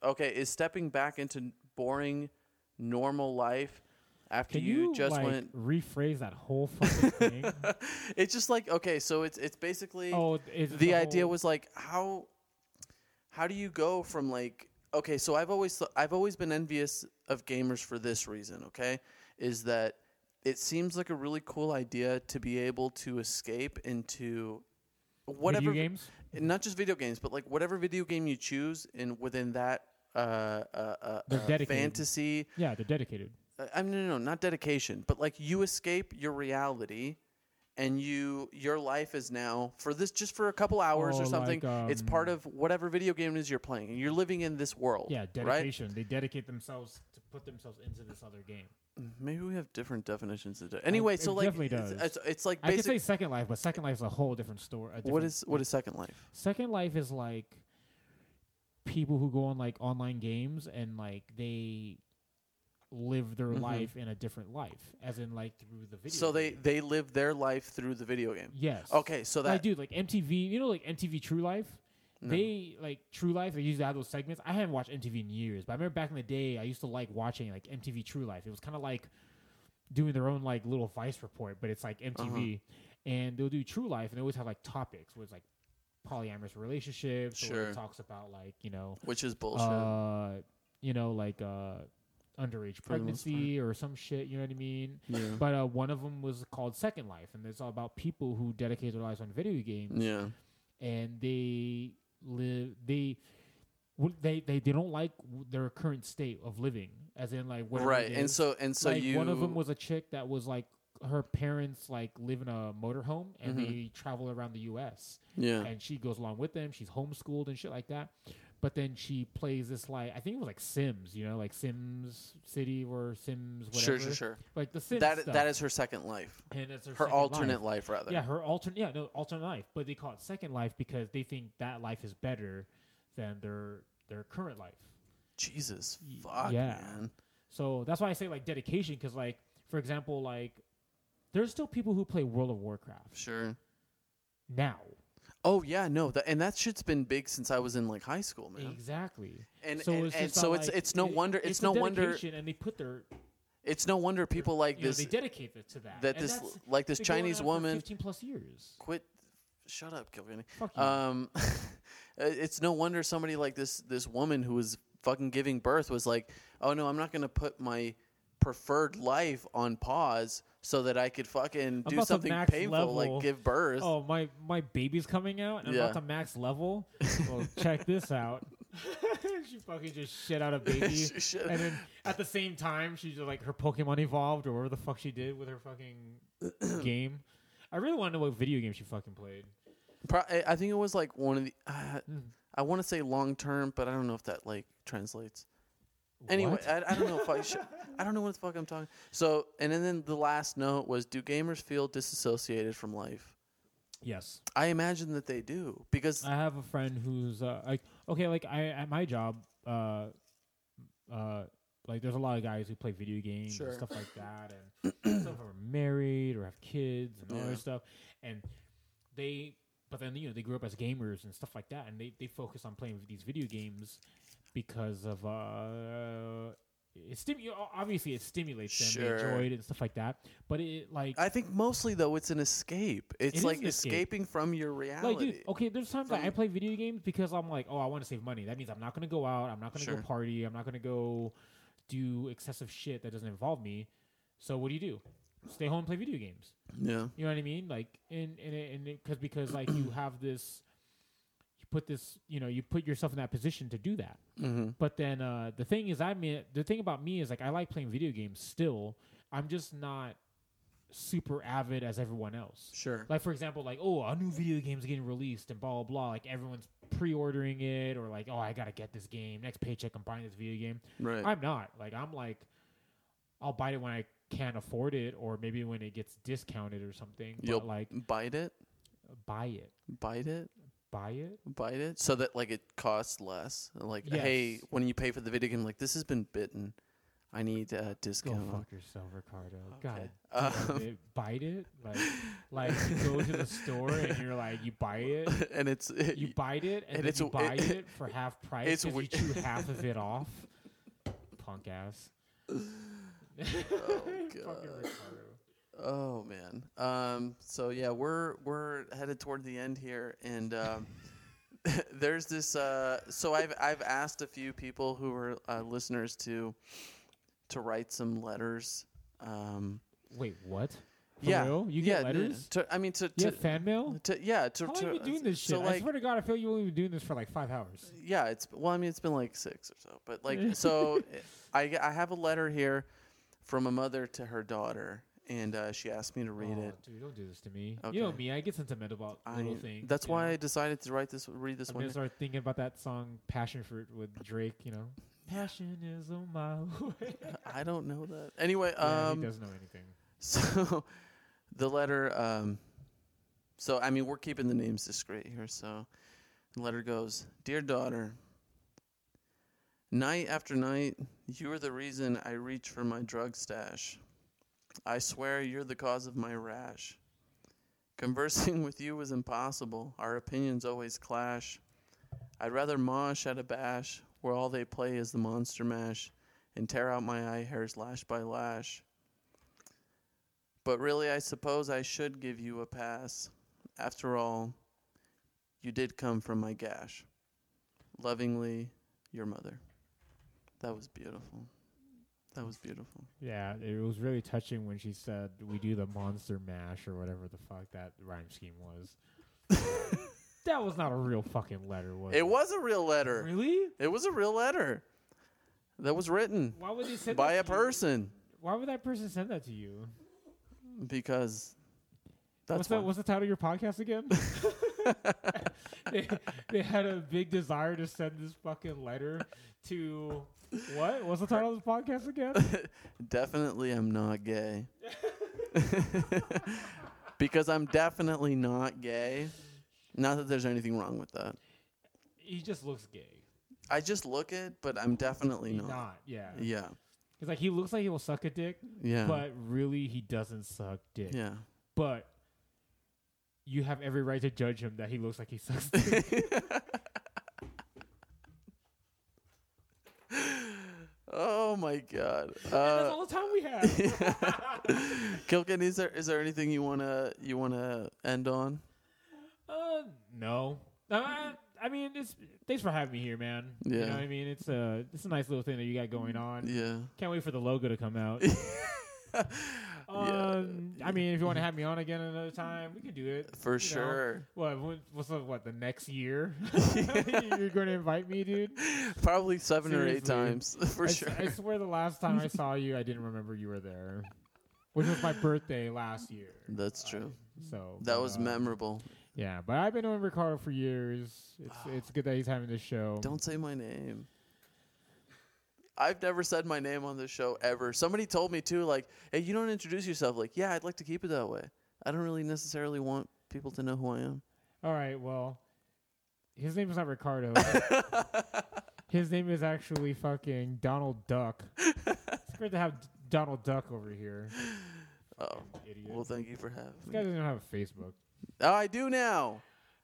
[SPEAKER 4] okay? Is stepping back into boring, normal life after
[SPEAKER 3] Can you,
[SPEAKER 4] just
[SPEAKER 3] like,
[SPEAKER 4] went?
[SPEAKER 3] rephrase that whole fucking thing?
[SPEAKER 4] It's just like okay, so it's it's basically
[SPEAKER 3] Oh, is it
[SPEAKER 4] the idea
[SPEAKER 3] whole-
[SPEAKER 4] was like how how do you go from like okay so i've always th- i've always been envious of gamers for this reason okay is that it seems like a really cool idea to be able to escape into whatever
[SPEAKER 3] video games.
[SPEAKER 4] not just video games but like whatever video game you choose and within that uh, uh, uh,
[SPEAKER 3] They're
[SPEAKER 4] uh
[SPEAKER 3] dedicated.
[SPEAKER 4] fantasy
[SPEAKER 3] Yeah, they're dedicated.
[SPEAKER 4] uh, I mean, no, no, not dedication, but like you escape your reality, and you your life is now for this just for a couple hours
[SPEAKER 3] Oh,
[SPEAKER 4] or something.
[SPEAKER 3] like,
[SPEAKER 4] it's part
[SPEAKER 3] um,
[SPEAKER 4] of whatever video game it is you're playing, and you're living in this world.
[SPEAKER 3] Yeah,
[SPEAKER 4] Oh, right?
[SPEAKER 3] dedication. They dedicate themselves to put themselves into this other game.
[SPEAKER 4] Mm, Maybe we have different definitions of. De- anyway,
[SPEAKER 3] it
[SPEAKER 4] so like
[SPEAKER 3] definitely
[SPEAKER 4] it's,
[SPEAKER 3] does.
[SPEAKER 4] it's, it's like
[SPEAKER 3] I could say
[SPEAKER 4] basically
[SPEAKER 3] Second Life, but Second Life is a whole different story.
[SPEAKER 4] what is what is Second Life?
[SPEAKER 3] Second Life is like people who go on like online games and like they live their
[SPEAKER 4] Mhm.
[SPEAKER 3] life in a different life, as in like through the video.
[SPEAKER 4] So they
[SPEAKER 3] game.
[SPEAKER 4] they live their life through the video game.
[SPEAKER 3] yes
[SPEAKER 4] Okay, so that
[SPEAKER 3] like dude like MTV you know like MTV True Life.
[SPEAKER 4] No.
[SPEAKER 3] They like True Life. They used to have those segments. I haven't watched MTV in years, but I remember back in the day, I used to like watching like MTV True Life. It was kind of like doing their own like little Vice report, but it's like MTV,
[SPEAKER 4] Uh-huh.
[SPEAKER 3] and they'll do True Life, and they always have like topics where it's like polyamorous relationships, or
[SPEAKER 4] Sure.
[SPEAKER 3] it talks about like you know
[SPEAKER 4] which is bullshit.
[SPEAKER 3] uh, you know, like uh, underage
[SPEAKER 4] For the most
[SPEAKER 3] pregnancy or some shit. You know what I mean?
[SPEAKER 4] yeah.
[SPEAKER 3] But uh, one of them was called Second Life, and it's all about people who dedicate their lives on video games,
[SPEAKER 4] yeah.
[SPEAKER 3] and they live they. w- They, they they don't like w- their current state of living, as in like whatever
[SPEAKER 4] Right.
[SPEAKER 3] it
[SPEAKER 4] And
[SPEAKER 3] is.
[SPEAKER 4] so and so
[SPEAKER 3] like
[SPEAKER 4] you
[SPEAKER 3] one of them was a chick that was like her parents like live in a motorhome and
[SPEAKER 4] Mhm.
[SPEAKER 3] they travel around the U.S
[SPEAKER 4] yeah.
[SPEAKER 3] and she goes along with them. She's homeschooled and shit like that. But then she plays this like I think it was like Sims, you know, like Sims City or Sims whatever.
[SPEAKER 4] Sure, sure, sure.
[SPEAKER 3] Like the Sims
[SPEAKER 4] That
[SPEAKER 3] stuff.
[SPEAKER 4] that is her second life.
[SPEAKER 3] and it's her,
[SPEAKER 4] Her
[SPEAKER 3] second
[SPEAKER 4] alternate
[SPEAKER 3] life.
[SPEAKER 4] life, rather.
[SPEAKER 3] Yeah, her alternate. Yeah, no, alternate life. But they call it second life because they think that life is better than their their current life.
[SPEAKER 4] Jesus,
[SPEAKER 3] Y-
[SPEAKER 4] fuck,
[SPEAKER 3] yeah.
[SPEAKER 4] man.
[SPEAKER 3] So that's why I say like dedication because like for example like there's still people who play World of Warcraft
[SPEAKER 4] Sure.
[SPEAKER 3] now.
[SPEAKER 4] Oh yeah, no, that, and that shit's been big since I was in like high school, man.
[SPEAKER 3] Exactly.
[SPEAKER 4] And
[SPEAKER 3] so
[SPEAKER 4] and,
[SPEAKER 3] it's
[SPEAKER 4] and
[SPEAKER 3] just
[SPEAKER 4] so
[SPEAKER 3] not
[SPEAKER 4] it's
[SPEAKER 3] like-
[SPEAKER 4] it's no
[SPEAKER 3] it-
[SPEAKER 4] wonder it's,
[SPEAKER 3] it's
[SPEAKER 4] no
[SPEAKER 3] the
[SPEAKER 4] wonder
[SPEAKER 3] dedication, and they put their
[SPEAKER 4] it's no wonder people like
[SPEAKER 3] you know,
[SPEAKER 4] this
[SPEAKER 3] they dedicate it to that.
[SPEAKER 4] that
[SPEAKER 3] And
[SPEAKER 4] this
[SPEAKER 3] that's-
[SPEAKER 4] like this
[SPEAKER 3] been going
[SPEAKER 4] Chinese
[SPEAKER 3] on for
[SPEAKER 4] woman
[SPEAKER 3] 15 plus years.
[SPEAKER 4] quit. Shut up, Kilkenny.
[SPEAKER 3] Fuck you.
[SPEAKER 4] Um, it's no wonder somebody like this this woman who was fucking giving birth was like, oh no, I'm not gonna put my preferred life on pause so that I could fucking do
[SPEAKER 3] about to
[SPEAKER 4] something
[SPEAKER 3] max
[SPEAKER 4] painful
[SPEAKER 3] level.
[SPEAKER 4] like give birth.
[SPEAKER 3] oh my, my baby's coming out. And I'm
[SPEAKER 4] Yeah.
[SPEAKER 3] about to max level. Well, check this out. she fucking just shit out a baby,
[SPEAKER 4] She shit-
[SPEAKER 3] and then at the same time, she's just like her Pokemon evolved or whatever the fuck she did with her fucking game. I really want to know what video game she fucking played.
[SPEAKER 4] Pro- I I think it was like one of the. Uh,
[SPEAKER 3] Hmm.
[SPEAKER 4] I want to say long term, but I don't know if that like translates. Anyway,
[SPEAKER 3] What?
[SPEAKER 4] I, I don't know if I should. I don't know what the fuck I'm talking. So, and then, then the last note was: Do gamers feel disassociated from life?
[SPEAKER 3] yes,
[SPEAKER 4] I imagine that they do because
[SPEAKER 3] I have a friend who's uh, like okay, like I at my job, uh, uh, Like there's a lot of guys who play video games
[SPEAKER 4] Sure.
[SPEAKER 3] and stuff like that, and some of them are married or have kids and all
[SPEAKER 4] Yeah.
[SPEAKER 3] that stuff, and they. But then you know they grew up as gamers and stuff like that, and they, they focus on playing these video games because of uh, it stimu- obviously it stimulates them,
[SPEAKER 4] Sure.
[SPEAKER 3] they enjoy it and stuff like that. But it like
[SPEAKER 4] I think mostly though it's an escape.
[SPEAKER 3] It
[SPEAKER 4] It's
[SPEAKER 3] is
[SPEAKER 4] like
[SPEAKER 3] an escape.
[SPEAKER 4] escaping from your
[SPEAKER 3] Like,
[SPEAKER 4] reality.
[SPEAKER 3] dude, oh okay, there's times that I
[SPEAKER 4] From-
[SPEAKER 3] play video games because I'm like, oh, I want to save money. That means I'm not going to go out. I'm not going to
[SPEAKER 4] Sure.
[SPEAKER 3] go party. I'm not going to go do excessive shit that doesn't involve me. So what do you do? Stay home and play video games.
[SPEAKER 4] Yeah.
[SPEAKER 3] You know what I mean? Like, and and it- and because because like you have this, you put this, you know, you put yourself in that position to do that.
[SPEAKER 4] Mm-hmm.
[SPEAKER 3] But then uh, the thing is, I mean, the thing about me is like I like playing video games still. I'm just not super avid as everyone else.
[SPEAKER 4] Sure.
[SPEAKER 3] Like for example, like oh, a new video game's getting released and blah blah blah. Like everyone's pre-ordering it or like oh, I gotta get this game. Next paycheck, I'm buying this video game.
[SPEAKER 4] right.
[SPEAKER 3] I'm not. Like I'm like, I'll buy it when I can afford it or maybe when it gets discounted or something.
[SPEAKER 4] You'll-
[SPEAKER 3] But like
[SPEAKER 4] bite it.
[SPEAKER 3] buy it,
[SPEAKER 4] Bite it.
[SPEAKER 3] buy it.
[SPEAKER 4] Bite it. So that like it costs less. Like hey,
[SPEAKER 3] Yes.
[SPEAKER 4] when you pay for the video game, like this has been bitten. I need a
[SPEAKER 3] Go
[SPEAKER 4] discount.
[SPEAKER 3] Oh, fuck yourself, Ricardo. God.
[SPEAKER 4] Uh,
[SPEAKER 3] damn it. bite it like like you go to the store and you're like you buy it
[SPEAKER 4] Um, and it's
[SPEAKER 3] you bite it and,
[SPEAKER 4] And
[SPEAKER 3] then
[SPEAKER 4] it's
[SPEAKER 3] you
[SPEAKER 4] a-
[SPEAKER 3] buy
[SPEAKER 4] it-
[SPEAKER 3] it, for half price
[SPEAKER 4] it's
[SPEAKER 3] because
[SPEAKER 4] we-
[SPEAKER 3] you chew half of it off. Punk ass.
[SPEAKER 4] oh,
[SPEAKER 3] Fucking
[SPEAKER 4] God.
[SPEAKER 3] Ricardo.
[SPEAKER 4] Oh man. Um, so yeah, we're we're headed toward the end here, and um, there's this. Uh, so I've I've asked a few people who are uh, listeners to to write some letters. Um,
[SPEAKER 3] Wait, what? For
[SPEAKER 4] yeah,
[SPEAKER 3] real? You
[SPEAKER 4] yeah,
[SPEAKER 3] get letters?
[SPEAKER 4] To, I mean, to,
[SPEAKER 3] You
[SPEAKER 4] to,
[SPEAKER 3] have fan mail?
[SPEAKER 4] to yeah, to,
[SPEAKER 3] How long
[SPEAKER 4] to
[SPEAKER 3] have you been doing this shit?
[SPEAKER 4] So
[SPEAKER 3] I
[SPEAKER 4] like,
[SPEAKER 3] swear to God, I feel you've only been doing this for like five hours.
[SPEAKER 4] yeah, it's well, I mean, it's been like six or so, but
[SPEAKER 3] Mm.
[SPEAKER 4] like, so eh, I I have a letter here from a mother to her daughter, and uh, she asked me to read
[SPEAKER 3] Aw,
[SPEAKER 4] it.
[SPEAKER 3] Oh, Dude, don't do this to me. You know
[SPEAKER 4] Okay.
[SPEAKER 3] me. I get sentimental about little
[SPEAKER 4] I-
[SPEAKER 3] things.
[SPEAKER 4] That's
[SPEAKER 3] you
[SPEAKER 4] why
[SPEAKER 3] know?
[SPEAKER 4] I decided to write this, read this
[SPEAKER 3] I'm
[SPEAKER 4] one.
[SPEAKER 3] gonna start thinking about that song "Passion Fruit" with Drake. You know, passion is a mile away.
[SPEAKER 4] I don't know that. Anyway,
[SPEAKER 3] Yeah, he
[SPEAKER 4] um,
[SPEAKER 3] doesn't know anything.
[SPEAKER 4] so the letter, um, so I mean, we're keeping the names discreet here. So the letter goes, dear daughter. Night after night, you are the reason I reach for my drug stash. I swear you're the cause of my rash. Conversing with you is impossible. Our opinions always clash. I'd rather mosh at a bash where all they play is the monster mash and tear out my eye hairs lash by lash. But really, I suppose I should give you a pass. After all, you did come from my gash. Lovingly, your mother. That was beautiful. That was beautiful.
[SPEAKER 3] Yeah, it was really touching when she said we do the monster mash or whatever the fuck that rhyme scheme was. that was not a real fucking letter, was it?
[SPEAKER 4] It was a real letter.
[SPEAKER 3] really.
[SPEAKER 4] It was a real letter that was written
[SPEAKER 3] Why would they send
[SPEAKER 4] by
[SPEAKER 3] that
[SPEAKER 4] a
[SPEAKER 3] to you?
[SPEAKER 4] person
[SPEAKER 3] Why would that person send that to you?
[SPEAKER 4] because
[SPEAKER 3] what's
[SPEAKER 4] that's
[SPEAKER 3] that?
[SPEAKER 4] what
[SPEAKER 3] What's the title of your podcast again? they, they had a big desire to send this fucking letter to what? What's the title of the podcast again?
[SPEAKER 4] definitely I'm not gay. because I'm definitely not gay. Not that there's anything wrong with that.
[SPEAKER 3] he just looks gay.
[SPEAKER 4] I just look it, but I'm definitely
[SPEAKER 3] He's
[SPEAKER 4] not.
[SPEAKER 3] not. Yeah.
[SPEAKER 4] Yeah.
[SPEAKER 3] It's like he looks like he will suck a dick,
[SPEAKER 4] Yeah.
[SPEAKER 3] but really he doesn't suck dick.
[SPEAKER 4] yeah.
[SPEAKER 3] But you have every right to judge him that he looks like he sucks dick.
[SPEAKER 4] Oh my god.
[SPEAKER 3] That's
[SPEAKER 4] Uh,
[SPEAKER 3] all the time we have.
[SPEAKER 4] Kilkin, is there is there anything you wanna you wanna end on?
[SPEAKER 3] uh, no. Uh, I mean, it's thanks for having me here, man. You
[SPEAKER 4] Yeah.
[SPEAKER 3] know what I mean? It's a it's a nice little thing that you got going on.
[SPEAKER 4] Yeah.
[SPEAKER 3] Can't wait for the logo to come out. um, I mean, if you want to have me on again another time, we could do it. you
[SPEAKER 4] For
[SPEAKER 3] know.
[SPEAKER 4] sure.
[SPEAKER 3] What? what- What's the, what? The next year? You're going to invite me, dude?
[SPEAKER 4] Probably seven or eight
[SPEAKER 3] Seriously.
[SPEAKER 4] times for
[SPEAKER 3] I, s-
[SPEAKER 4] sure.
[SPEAKER 3] I swear, the last time I saw you, I didn't remember you were there, which was my birthday last year.
[SPEAKER 4] That's true.
[SPEAKER 3] So
[SPEAKER 4] That
[SPEAKER 3] but,
[SPEAKER 4] was
[SPEAKER 3] uh,
[SPEAKER 4] memorable.
[SPEAKER 3] Yeah, but I've been knowing Ricardo for years. It's it's good that he's having this show.
[SPEAKER 4] Ah. Don't say my name. I've never said my name on this show ever. Somebody told me too, like, hey, you don't introduce yourself. Like, yeah, I'd like to keep it that way. I don't really necessarily want people to know who I am.
[SPEAKER 3] All right, well, his name is not Ricardo. His name is actually fucking Donald Duck. it's great to have D- Donald Duck over here.
[SPEAKER 4] Oh,
[SPEAKER 3] Idiot.
[SPEAKER 4] well, thank you for having
[SPEAKER 3] this guy
[SPEAKER 4] me.
[SPEAKER 3] doesn't have a Facebook.
[SPEAKER 4] Oh, I do now.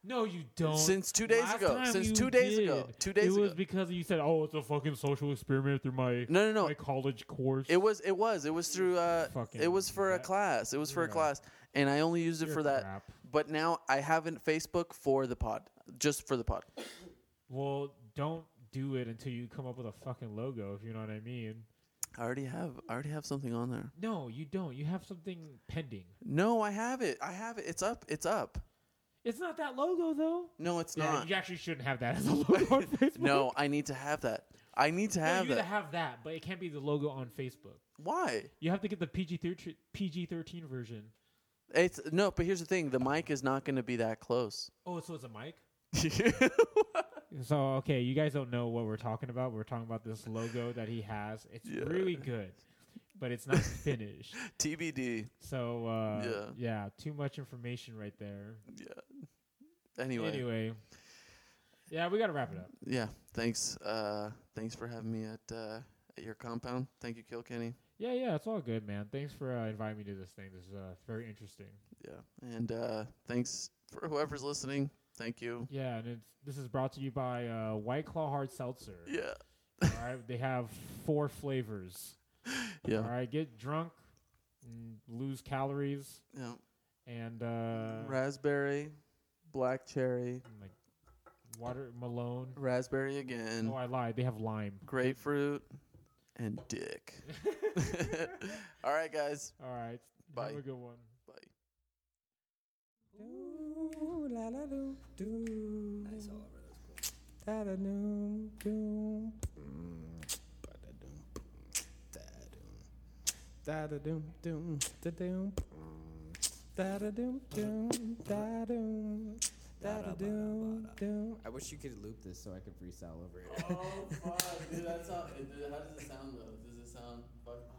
[SPEAKER 3] No, you don't.
[SPEAKER 4] Since two days ago.
[SPEAKER 3] time
[SPEAKER 4] Since
[SPEAKER 3] you
[SPEAKER 4] two days ago.
[SPEAKER 3] did.
[SPEAKER 4] Two days
[SPEAKER 3] It was
[SPEAKER 4] ago.
[SPEAKER 3] because you said, "Oh, it's a fucking social experiment through my
[SPEAKER 4] No, no, no.
[SPEAKER 3] my college course."
[SPEAKER 4] It was. It was. It was through. Uh,
[SPEAKER 3] Fucking
[SPEAKER 4] it was for a
[SPEAKER 3] that-
[SPEAKER 4] class. It was for a
[SPEAKER 3] Yeah.
[SPEAKER 4] class, and I only used it
[SPEAKER 3] You're
[SPEAKER 4] for that.
[SPEAKER 3] crap.
[SPEAKER 4] But now I haven't Facebook for the pod, just for the pod.
[SPEAKER 3] Well, don't do it until you come up with a fucking logo, if you know what I mean.
[SPEAKER 4] I already have. I already have something on there.
[SPEAKER 3] No, you don't. You have something pending.
[SPEAKER 4] No, I have it. I have it. It's up. It's up.
[SPEAKER 3] It's not that logo though.
[SPEAKER 4] No, it's
[SPEAKER 3] Yeah,
[SPEAKER 4] not.
[SPEAKER 3] you actually shouldn't have that as a logo on Facebook.
[SPEAKER 4] No, I need to have that. I need to
[SPEAKER 3] No,
[SPEAKER 4] have
[SPEAKER 3] you gotta
[SPEAKER 4] that.
[SPEAKER 3] have that, but it can't be the logo on Facebook.
[SPEAKER 4] Why?
[SPEAKER 3] You have to get the PG thirteen PG thirteen version.
[SPEAKER 4] It's no. But here's the thing: the mic is not going to be that close.
[SPEAKER 3] Oh, so it's a mic. So okay, you guys don't know what we're talking about. We're talking about this logo that he has. It's
[SPEAKER 4] Yeah.
[SPEAKER 3] really good, but it's not finished.
[SPEAKER 4] TBD.
[SPEAKER 3] So uh,
[SPEAKER 4] Yeah.
[SPEAKER 3] too much information right there.
[SPEAKER 4] Anyway.
[SPEAKER 3] Anyway. yeah, we gotta wrap it up.
[SPEAKER 4] Yeah. Thanks. Uh, thanks for having me at uh, at your compound. Thank you, Kilkenny.
[SPEAKER 3] Yeah, yeah, it's all good, man. Thanks for uh, inviting me to this thing. This is uh, very interesting.
[SPEAKER 4] Yeah. And uh, thanks for whoever's listening. Thank you.
[SPEAKER 3] Yeah, and it's, this is brought to you by uh, White Claw Hard Seltzer.
[SPEAKER 4] Yeah.
[SPEAKER 3] All right, they have four flavors.
[SPEAKER 4] Yeah.
[SPEAKER 3] All right, get drunk, mm, lose calories,
[SPEAKER 4] Yeah.
[SPEAKER 3] and uh,
[SPEAKER 4] raspberry, black cherry,
[SPEAKER 3] like water Malone.
[SPEAKER 4] raspberry again,
[SPEAKER 3] Oh, I lied. They have lime.
[SPEAKER 4] grapefruit, and dick. All right, guys.
[SPEAKER 3] All right.
[SPEAKER 4] Bye.
[SPEAKER 3] Have a good one.
[SPEAKER 4] Bye.
[SPEAKER 1] Ooh, la la doo doo. Nice, Oliver. Da da doo doo. Da da doo doo. Da doo. Da da doo doo. Da doo. Da da doo doo.
[SPEAKER 5] I wish you could loop this so I could freestyle over it.
[SPEAKER 4] Oh fuck, dude, that's how. How does it sound though? Does it sound fuck?